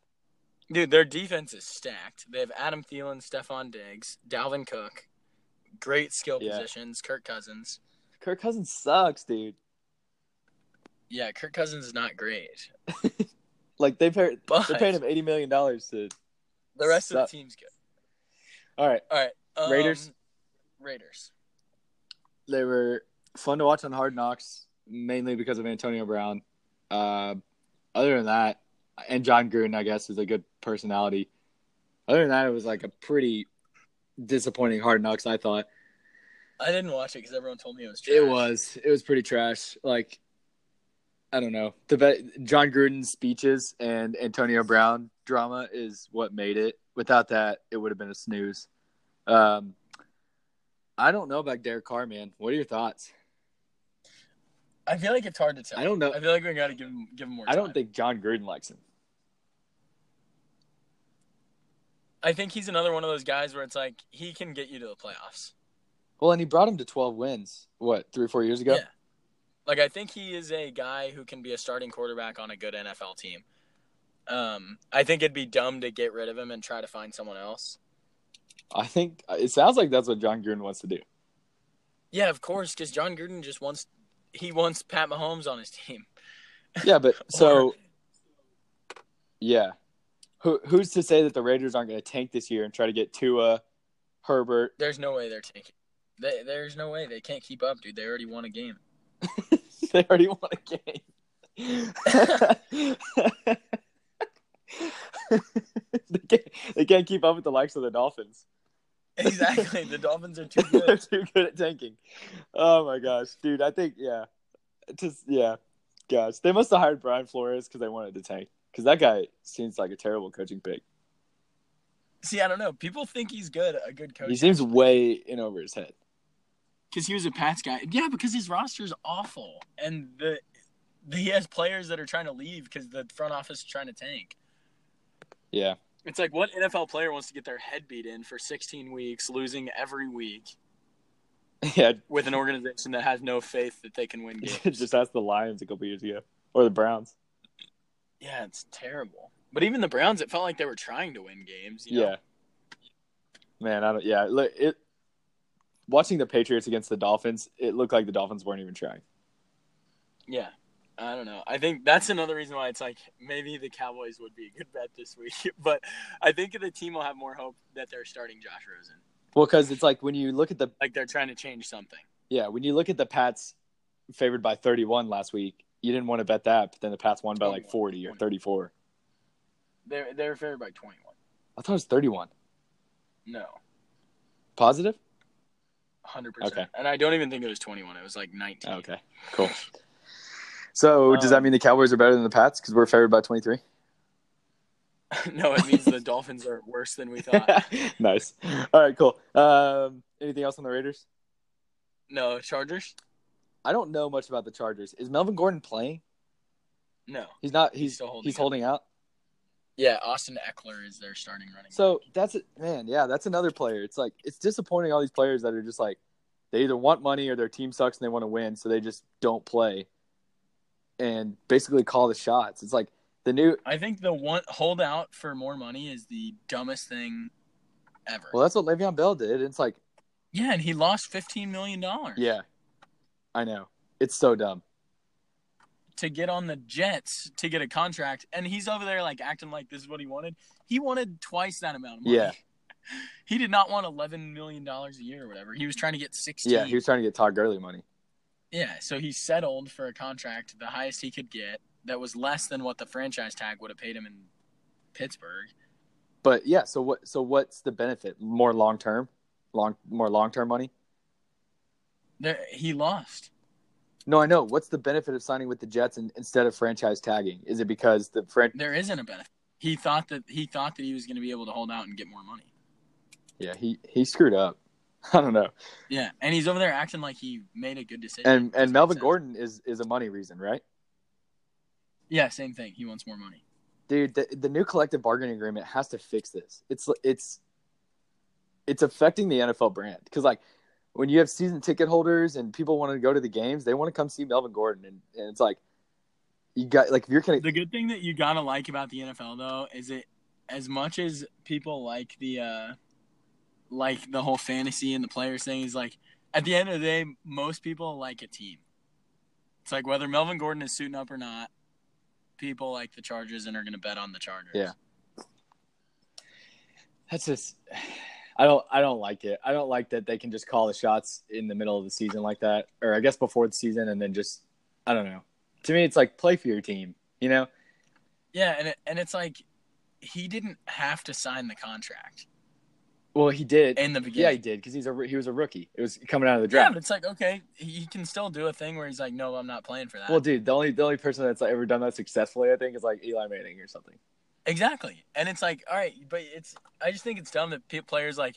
Dude, their defense is stacked. They have Adam Thielen, Stephon Diggs, Dalvin Cook, great skill Yeah. positions, Kirk Cousins. Kirk Cousins sucks, dude. Yeah, Kirk Cousins is not great. (laughs) Like they pay, But they're paying him eighty million dollars to. the rest of Suck. the team's good. All right, All right. um, Raiders? Raiders. they were fun to watch on Hard Knocks, mainly because of Antonio Brown. Uh, other than that, and John Gruden, I guess, is a good personality. Other than that, it was like a pretty disappointing Hard Knocks. I thought. I didn't watch it because everyone told me it was trash. It was. It was pretty trash. Like, I don't know. The be- John Gruden's speeches and Antonio Brown drama is what made it. Without that, it would have been a snooze. Um, I don't know about Derek Carr, man. What are your thoughts? I feel like it's hard to tell. I don't know. I feel like we got to give him give him more. I don't time. think John Gruden likes him. I think he's another one of those guys where it's like he can get you to the playoffs. Well, and he brought him to 12 wins, what, three or four years ago? Yeah. Like I think he is a guy who can be a starting quarterback on a good NFL team. Um, I think it'd be dumb to get rid of him and try to find someone else. I think it sounds like that's what John Gruden wants to do. Yeah, of course, because John Gruden just wants he wants Pat Mahomes on his (laughs) team. Yeah, (laughs) but so, yeah. Who, who's to say that the Raiders aren't going to tank this year and try to get Tua, Herbert, (laughs) There's no way they're taking. They, there's no way they can't keep up, dude. They already won a game. they already won a game. (laughs) they, can't, they can't keep up with the likes of the Dolphins. (laughs) Exactly. the Dolphins are too They're (laughs) good. too good at tanking. Oh my gosh, dude! I think yeah, just yeah, gosh, they must have hired Brian Flores because they wanted to tank. Because that guy seems like a terrible coaching pick. See, I don't know. People think he's good, a good He coach, seems way in over his head. because he was a Pats guy. Yeah, because his roster's awful, and the, the he has players that are trying to leave because the front office is trying to tank. Yeah, It's like what NFL player wants to get their head beat in for 16 weeks, losing every week (laughs) yeah. with an organization that has no faith that they (laughs) can win games. just ask the Lions a couple years ago or the Browns. yeah, it's terrible. But even the Browns, it felt like they were trying to win games. You know? Yeah. Man, I don't. Yeah, look, it. Watching the Patriots against the Dolphins, it looked like the Dolphins weren't even trying. Yeah. I don't know. I think that's another reason why it's like maybe the Cowboys would be a good bet this week. (laughs) But I think the team will have more hope that they're starting Josh Rosen. Well, because it's like when you look at the Like they're trying to change something. yeah when you look at the Pats favored by 31 last week. You didn't want to bet that, but then the Pats won by like 21, 40 or 20. 34. They're they're favored by twenty one. I thought it was 31. No, Positive? hundred percent. Okay. And I don't even think it was twenty one. It was like nineteen. Oh, Okay, cool. So does that Um, mean the Cowboys are better than the Pats because we're favored by 23? (laughs) no, (laughs) it means the Dolphins are worse than we thought. nice. All right, cool. Um, anything else on the Raiders? No, Chargers. I don't know much about the Chargers. Is Melvin Gordon playing? No. He's not. He's He's he's still holding holding, out. out. Yeah, Austin Eckler is their starting running. So that's it, man. Yeah, that's another player. It's like it's disappointing all these players that are just like they either want money or their team sucks and they want to win, so they just don't play and basically call the shots. It's like the new. I think the one holdout for more money is the dumbest thing ever. Well, that's what Le'Veon Bell did. It's like Yeah, and he lost fifteen million dollars. yeah, I know. It's so dumb. to get on the Jets to get a contract, and he's over there like acting like this is what he wanted. He wanted twice that amount of money. Yeah. (laughs) He did not want eleven million dollars a year or whatever. He was trying to get sixteen. Yeah, he was trying to get Todd Gurley money. Yeah, so he settled for a contract the highest he could get that was less than what the franchise tag would have paid him in Pittsburgh. But yeah, so what? So what's the benefit? More long term, long more long term money. There, he lost. No, I know. What's the benefit of signing with the Jets in, instead of franchise tagging? Is it because the fran- There isn't a benefit. He thought that he thought that he was going to be able to hold out and get more money. Yeah, he he screwed up. (laughs) I don't know. Yeah, and he's over there acting like he made a good decision. And Doesn't and make Melvin sense. Gordon is is a money reason, right? Yeah, same thing. He wants more money. Dude, the, the new collective bargaining agreement has to fix this. It's it's it's affecting the NFL brand because like when you have season ticket holders and people want to go to the games, they want to come see Melvin Gordon, and, and it's like you got like if you're gonna the good thing that you gotta like about the NFL though is it as much as people like the uh like the whole fantasy and the players thing is like at the end of the day most people like a team. It's like whether Melvin Gordon is suiting up or not, people like the Chargers and are gonna bet on the Chargers. Yeah. that's just (sighs) I don't I don't like it. I don't like that they can just call the shots in the middle of the season like that, or I guess before the season, and then just I don't know. To me, it's like play for your team, you know. Yeah, and it, and it's like he didn't have to sign the contract Well, he did. in the yeah, he beginning. did because he's a he was a rookie. It was coming out of the yeah, draft. but it's like okay, he can still do a thing where he's like, no, I'm not playing for that. well, dude, the only the only person that's like, ever done that successfully, I think, is like Eli Manning or something. Exactly, and it's like, all right, but it's. I just think it's dumb that pe- players like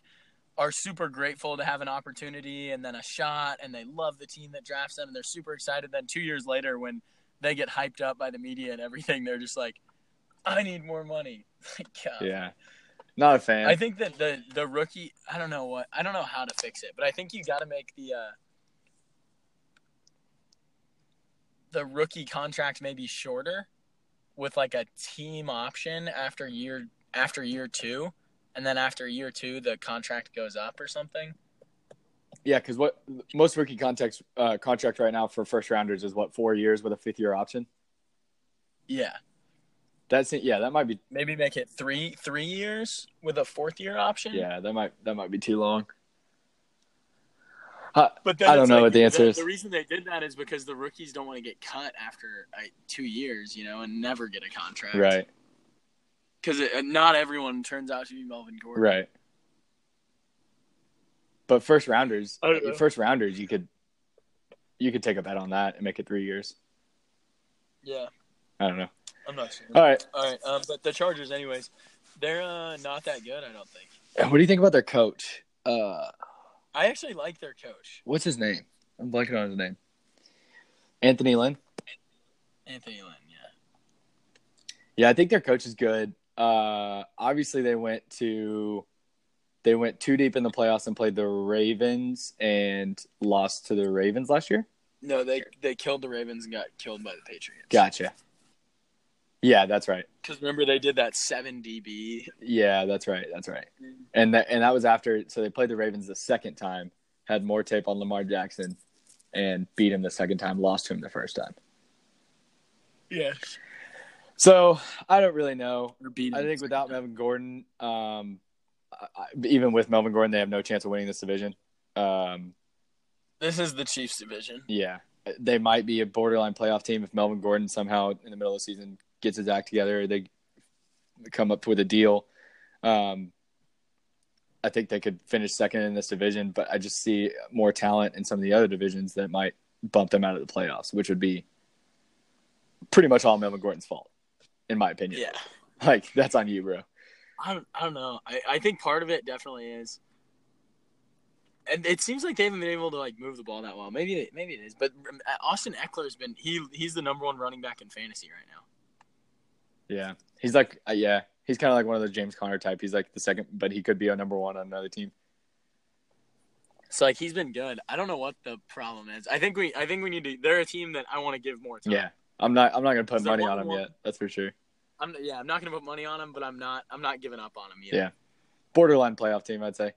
are super grateful to have an opportunity and then a shot, and they love the team that drafts them, and they're super excited. Then two years later, when they get hyped up by the media and everything, they're just like, I need more money. (laughs) Like, God. Yeah, not a fan. Oh. I think that the the rookie, I don't know what, I don't know how to fix it, but I think you got to make the uh, the rookie contract maybe shorter, with like a team option after year after year two, and then after year two the contract goes up or something. yeah, because what most rookie context uh, contract right now for first rounders is what four years with a fifth year option. Yeah, That's it. Yeah, that might be. maybe make it three three years with a fourth year option. Yeah, that might that might be too long. But then I don't it's know like- what the answer is. The reason they did that is because the rookies don't want to get cut after like, two years, you know, and never get a contract. Right. because uh, not everyone turns out to be Melvin Gordon. Right. But first rounders, I don't know. first rounders, you could you could take a bet on that and make it three years. Yeah, I don't know. I'm not sure. All right, All right, um, but the Chargers, anyways, they're uh, not that good. I don't think. what do you think about their coach? Uh, I actually like their coach, what's his name? I'm blanking on his name. Anthony Lynn. Anthony Lynn. Yeah. Yeah, I think their coach is good. Uh, obviously, they went to they went too deep in the playoffs and played the Ravens and lost to the Ravens last year. No, they they killed the Ravens and got killed by the Patriots. Gotcha. Yeah, that's right. Because remember they did that seven DB. Yeah, that's right. That's right. And that and that was after. So they played the Ravens the second time, had more tape on Lamar Jackson, and beat him the second time. Lost to him the first time. Yeah. So I don't really know. Or beat I them. think without Melvin Gordon, um, I, I- even with Melvin Gordon, they have no chance of winning this division. Um, this is the Chiefs division. yeah, they might be a borderline playoff team if Melvin Gordon somehow in the middle of the season gets his act together. They come up with a deal. Um, I think they could finish second in this division, but I just see more talent in some of the other divisions that might bump them out of the playoffs, which would be pretty much all Melvin Gordon's fault, in my opinion. Yeah. (laughs) Like that's on you, bro. I don't, I don't know. I, I think part of it definitely is, and it seems like they haven't been able to like move the ball that well. Maybe it, maybe it is, but um, Austin Eckler's been he he's the number one running back in fantasy right now. Yeah, he's like, uh, yeah, he's kind of like one of those James Conner type. He's like the second, but he could be a number one on another team. So like he's been good. I don't know what the problem is. I think we I think we need to. They're a team that I want to give more time. Yeah, I'm not, I'm not gonna put Is there money one on him more? yet. That's for sure. I'm yeah. I'm not gonna put money on him, but I'm not I'm not giving up on him either. Yeah. Borderline playoff team, I'd say.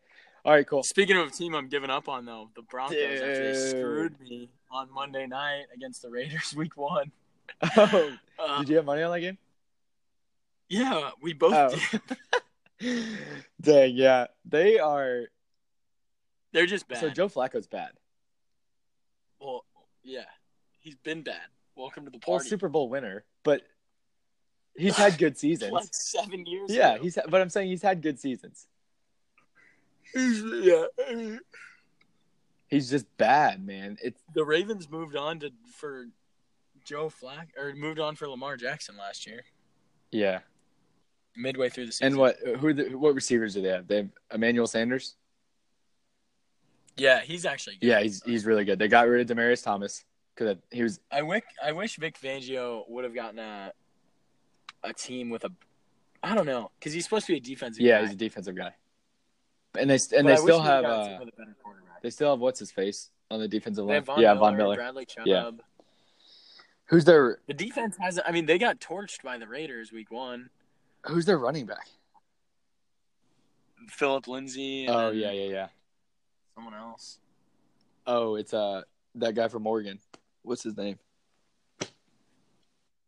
All right, cool. (laughs) Speaking of a team I'm giving up on though, the Broncos actually Dude. screwed me on Monday night against the Raiders (laughs) week one. Oh, Uh, did you have money on that game? yeah, we both Oh. did. (laughs) (laughs) Dang, yeah, they are. they're just bad. So Joe Flacco's bad. Well, yeah, he's been bad. Welcome to the Well, party. Super Bowl winner, but he's had good seasons. like seven years. (laughs) yeah, ago. he's. ha- But I'm saying he's had good seasons. He's- yeah. He's just bad, man. It's The Ravens moved on to for Joe Flack or moved on for Lamar Jackson last year. yeah. Midway through the season, And what? Who? are The, what receivers do they have? They have Emmanuel Sanders. yeah, he's actually good. Yeah, he's he's really good. They got rid of Demarius Thomas because he was. I wish I wish Vic Fangio would have gotten a a team with a I don't know because he's supposed to be a defensive Yeah, guy. he's a defensive guy. And they and they but I wish still he would've have. gotten a Uh, team with a better quarterback. They still have what's his face on the defensive They line. have Von yeah, Miller, Von Miller. Bradley Chubb. Yeah. Who's their The defense hasn't. I mean, they got torched by the Raiders week one. Who's their running back? Philip Lindsay. And Oh yeah, yeah, yeah. Someone else. Oh, it's uh that guy from Oregon. What's his name?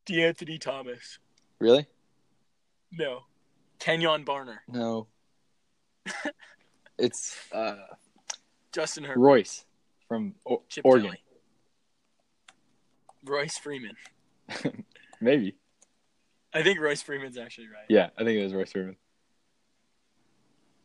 D'Anthony Thomas. Really? No. Kenyon Barner. (laughs) No. it's uh Justin Herbert. Royce from o- Uh, Chip Oregon. Kelly. Royce Freeman. Maybe. I think Royce Freeman's actually right. Yeah, I think it was Royce Freeman.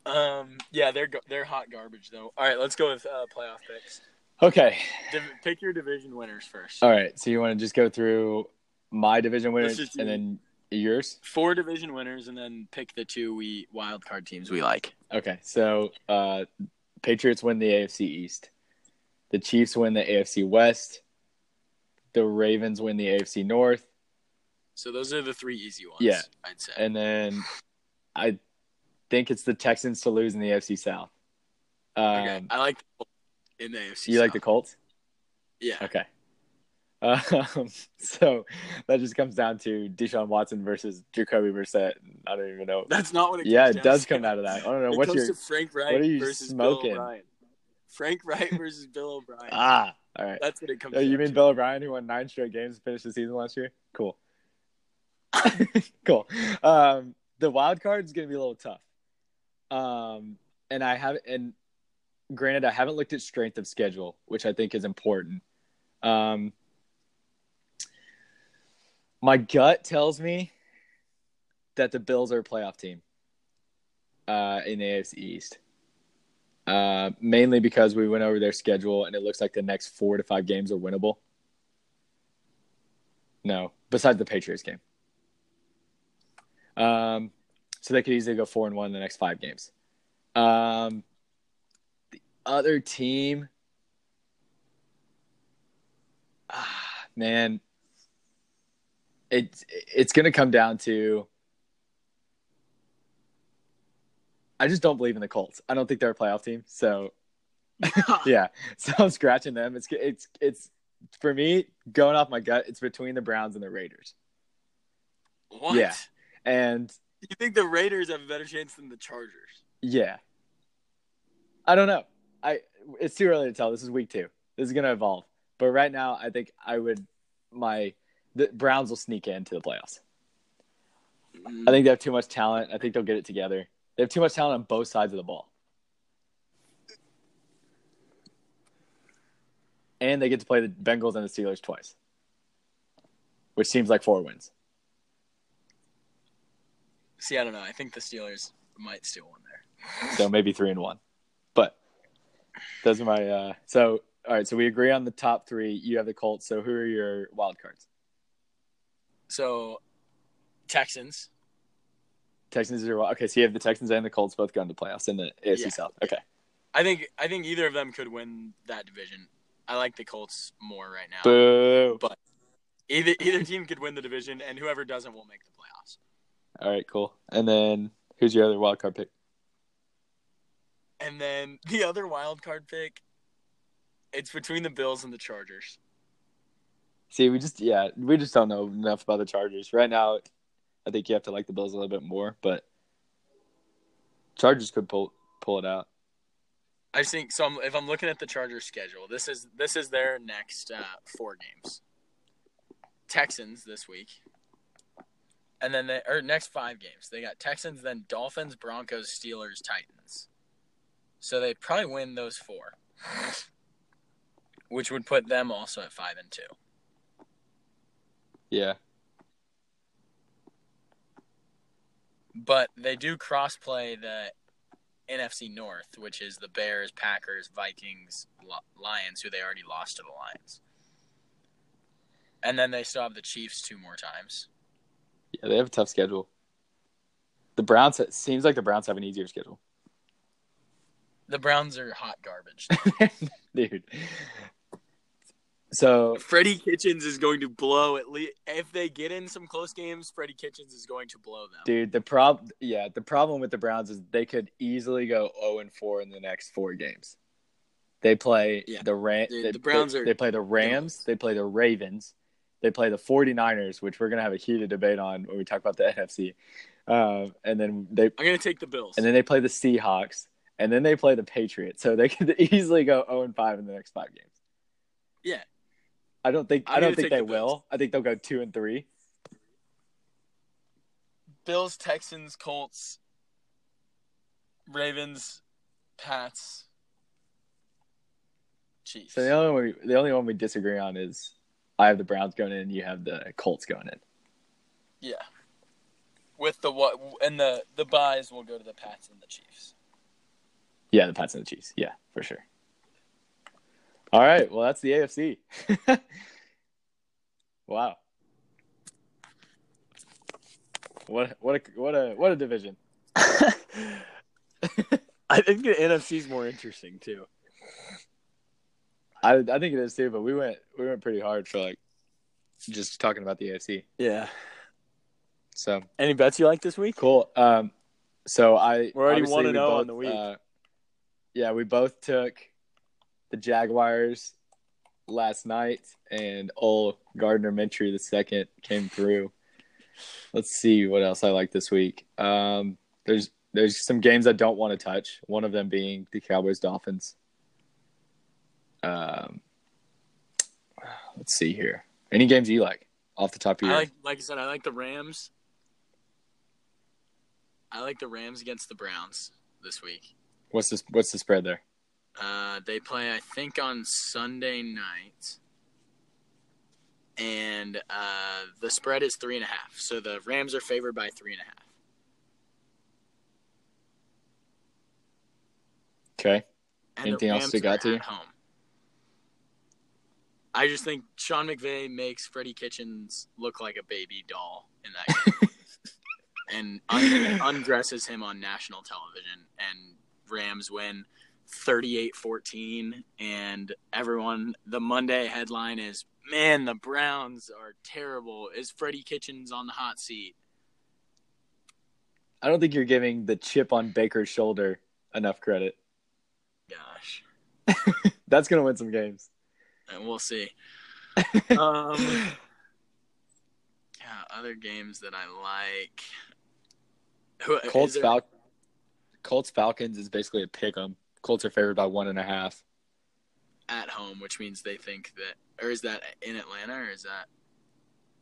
Um. Yeah, they're go- they're hot garbage though. All right, let's go with uh, playoff picks. Okay. Div- pick your division winners first. All right. So you want to just go through my division winners just do- and then yours? Four division winners, and then pick the two we wild card teams we like. Okay. So uh Patriots win the AFC East. The Chiefs win the AFC West. The Ravens win the AFC North. So those are the three easy ones. Yeah. I'd say. and then I think it's the Texans to lose in the AFC South. Um, okay. I like the in the AFC. You like the South. Colts? (laughs) yeah. Okay. Um, (laughs) so that just comes down to Deshaun Watson versus Jacoby Brissett. I don't even know. That's not what it. Yeah, comes it down does to. come out of that. I don't know. It What's comes your to Frank Wright what are you versus smoking? Bill O'Brien. Frank Wright versus Bill O'Brien. ah? All right. That's what it comes. Oh, down you mean to. Bill O'Brien, who won nine straight games to finish the season last year? Cool. (laughs) cool. Um, the wild card is going to be a little tough. Um, and I have, and granted, I haven't looked at strength of schedule, which I think is important. Um, my gut tells me that the Bills are a playoff team uh, in the AFC East. Uh, mainly because we went over their schedule and it looks like the next four to five games are winnable. No, besides the Patriots game. Um, so they could easily go four and one in the next five games. Um, the other team, ah, man, it's it's going to come down to. I just don't believe in the Colts. I don't think they're a playoff team. So yeah, (laughs) so I'm scratching them. It's it's it's for me going off my gut. It's between the Browns and the Raiders, (laughs) (laughs) What? Yeah. and You think the Raiders have a better chance than the Chargers? Yeah. I don't know. I it's too early to tell. This is week two. This is gonna evolve. But right now, I think I would my the Browns will sneak into the playoffs. I think they have too much talent. I think they'll get it together. They have too much talent on both sides of the ball. and they get to play the Bengals and the Steelers twice, which seems like four wins. See, I don't know. I think the Steelers might steal one there. So maybe three and one. But those are my. Uh, so all right. So we agree on the top three. You have the Colts. So who are your wild cards? So, Texans. Texans are wild. Okay, so you have the Texans and the Colts both going to playoffs in the AFC Yeah. South. Okay. I think I think either of them could win that division. I like the Colts more right now. Boo. Either either team could win the division, and whoever doesn't will make the playoffs. All right, cool. And then who's your other wild card pick? And then the other wild card pick, it's between the Bills and the Chargers. See, we just yeah, we just don't know enough about the Chargers right now. I think you have to like the Bills a little bit more, but Chargers could pull pull it out. I just think so. I'm, if I'm looking at the Chargers schedule, this is this is their next uh, four games. Texans this week, and then they or next five games they got Texans, then Dolphins, Broncos, Steelers, Titans. So they probably win those four, which would put them also at five and two. Yeah. But they do cross play the NFC North, which is the Bears, Packers, Vikings, Lo- Lions, who they already lost to the Lions. And then they still have the Chiefs two more times. Yeah, they have a tough schedule. The Browns it seems like the Browns have an easier schedule. (laughs) The Browns are hot garbage. Dude. So (laughs) Freddie Kitchens is going to blow at least if they get in some close games. Freddie Kitchens is going to blow them. dude, the prob yeah, the problem with the Browns is they could easily go 0 and 4 in the next 4 games. They play Yeah. the Ram- Dude, they, the Browns they, are- they play the Rams, they play the Ravens, they play the 49ers, which we're going to have a heated debate on when we talk about the (laughs) NFC. Um, and then they I'm going to take the Bills. and then they play the Seahawks, and then they play the Patriots. So they (laughs) could easily go 0 and 5 in the next 5 games. Yeah. I don't think I'm I don't gonna think take they the Bills. will. I think they'll go 2 and 3. Bills, Texans, Colts, Ravens, Pats, Chiefs. So the only one we, the only one we disagree on is I have the Browns going in, you have the Colts going in. Yeah. With the what and the the buys will go to the Pats and the Chiefs. Yeah, the Pats and the Chiefs. Yeah, for sure. All right, well that's the AFC. (laughs) wow. What what a what a what a division. I think the NFC is more interesting too. I I think it is too, but we went we went pretty hard for like just talking about the AFC. Yeah. So Any bets you like this week? Cool. Um, so I We're already obviously 1 and we 0 on both, the week. uh, yeah, we both took the Jaguars last night, and old Gardner Minshew the second came through. Let's see what else I like this week. Um, there's there's some games I don't want to touch. One of them being the Cowboys Dolphins. Um, let's see here. Any games you like off the top of your I head? like like I said, I like the Rams. I like the Rams against the Browns this week. What's this? What's the spread there? Uh, they play, I think, on Sunday night, and uh, the spread is three and a half. So the Rams are favored by three and a half. Okay. And the Anything else Rams that got are to you? at Home. I just think Sean McVay makes Freddie Kitchens look like a baby doll in that game, (laughs) and un- undresses him on national television. And Rams win 38-14. And everyone, the Monday headline is, "Man, the Browns are terrible." Is Freddie Kitchens on the hot seat? I don't think you're giving the chip on Baker's shoulder enough credit. Gosh, That's gonna win some games. and (laughs) we'll see. Um. Yeah, other games that I like. Who, is Colts there- Fal- Colts Falcons is basically a pick 'em. Colts are favored by one and a half. at home, which means they think that, or is that in Atlanta, or is that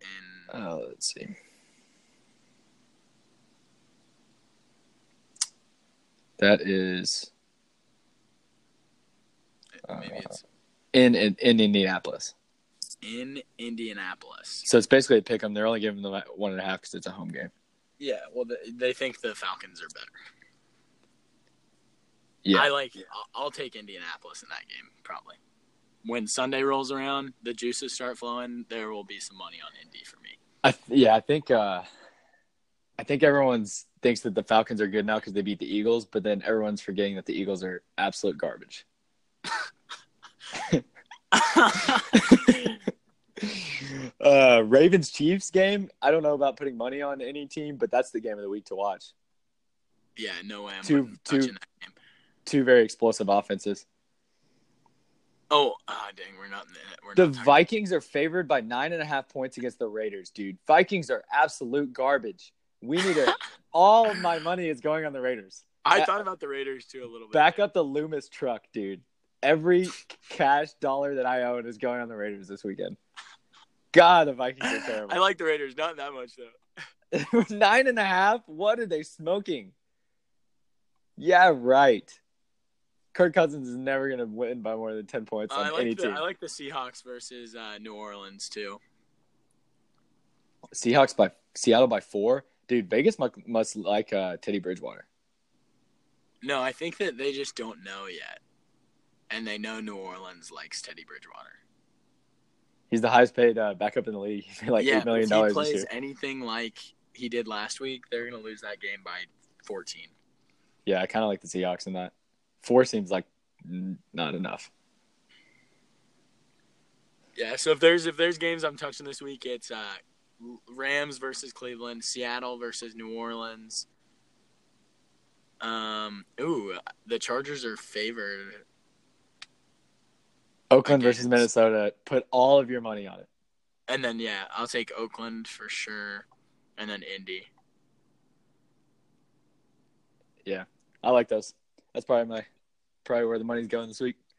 in? Oh, let's see. That is Uh, maybe it's in in, in Indianapolis. in Indianapolis. So it's basically a pick 'em. They're only giving them like, one and a half because it's a home game. Yeah, well, they, they think the Falcons are better. Yeah. I like. I'll, I'll take Indianapolis in that game probably. When Sunday rolls around, the juices start flowing. There will be some money on Indy for (laughs) me. I th- yeah, I think uh, I think everyone's thinks that the Falcons are good now because they beat the Eagles, but then everyone's forgetting that the Eagles are absolute garbage. (laughs) uh, Ravens Chiefs game. I don't know about putting money on any team, but that's the game of the week to watch. yeah, no way. I'm Two- touching two- that game. Two very explosive offenses. Oh, ah, dang, we're not. in it. We're The not talking- Vikings are favored by nine and a half points against the Raiders, dude. Vikings are absolute garbage. We need a. all of my money is going on the Raiders. I thought about the Raiders too a little bit. Back up the Loomis truck, dude. Every cash dollar that I own is going on the Raiders this weekend. God, the Vikings are (laughs) I terrible. like the Raiders, not that much though. (laughs) Nine and a half? What are they smoking? Yeah, right. Kirk Cousins is never going to win by more than 10 points on Uh, I any like the, team. I like the Seahawks versus uh, New Orleans too. Seahawks by Seattle by four. Dude, Vegas must, must like uh, Teddy Bridgewater. No, I think that they just don't know yet, and they know New Orleans likes Teddy Bridgewater. He's the highest paid uh, backup in the league. (laughs) He made like $8 million If he dollars this plays year. anything like he did last week, they're gonna lose that game by fourteen. Yeah, I kind of like the Seahawks in that. Four seems like n- not enough. Yeah. So if there's if there's games I'm touching this week, it's uh, Rams versus Cleveland, Seattle versus New Orleans. Um. Ooh, the Chargers are favored. Oakland Okay. versus Minnesota. Put all of your money on it. And then yeah, I'll take Oakland for sure, and then Indy. I like those. That's probably my probably where the money's going this week.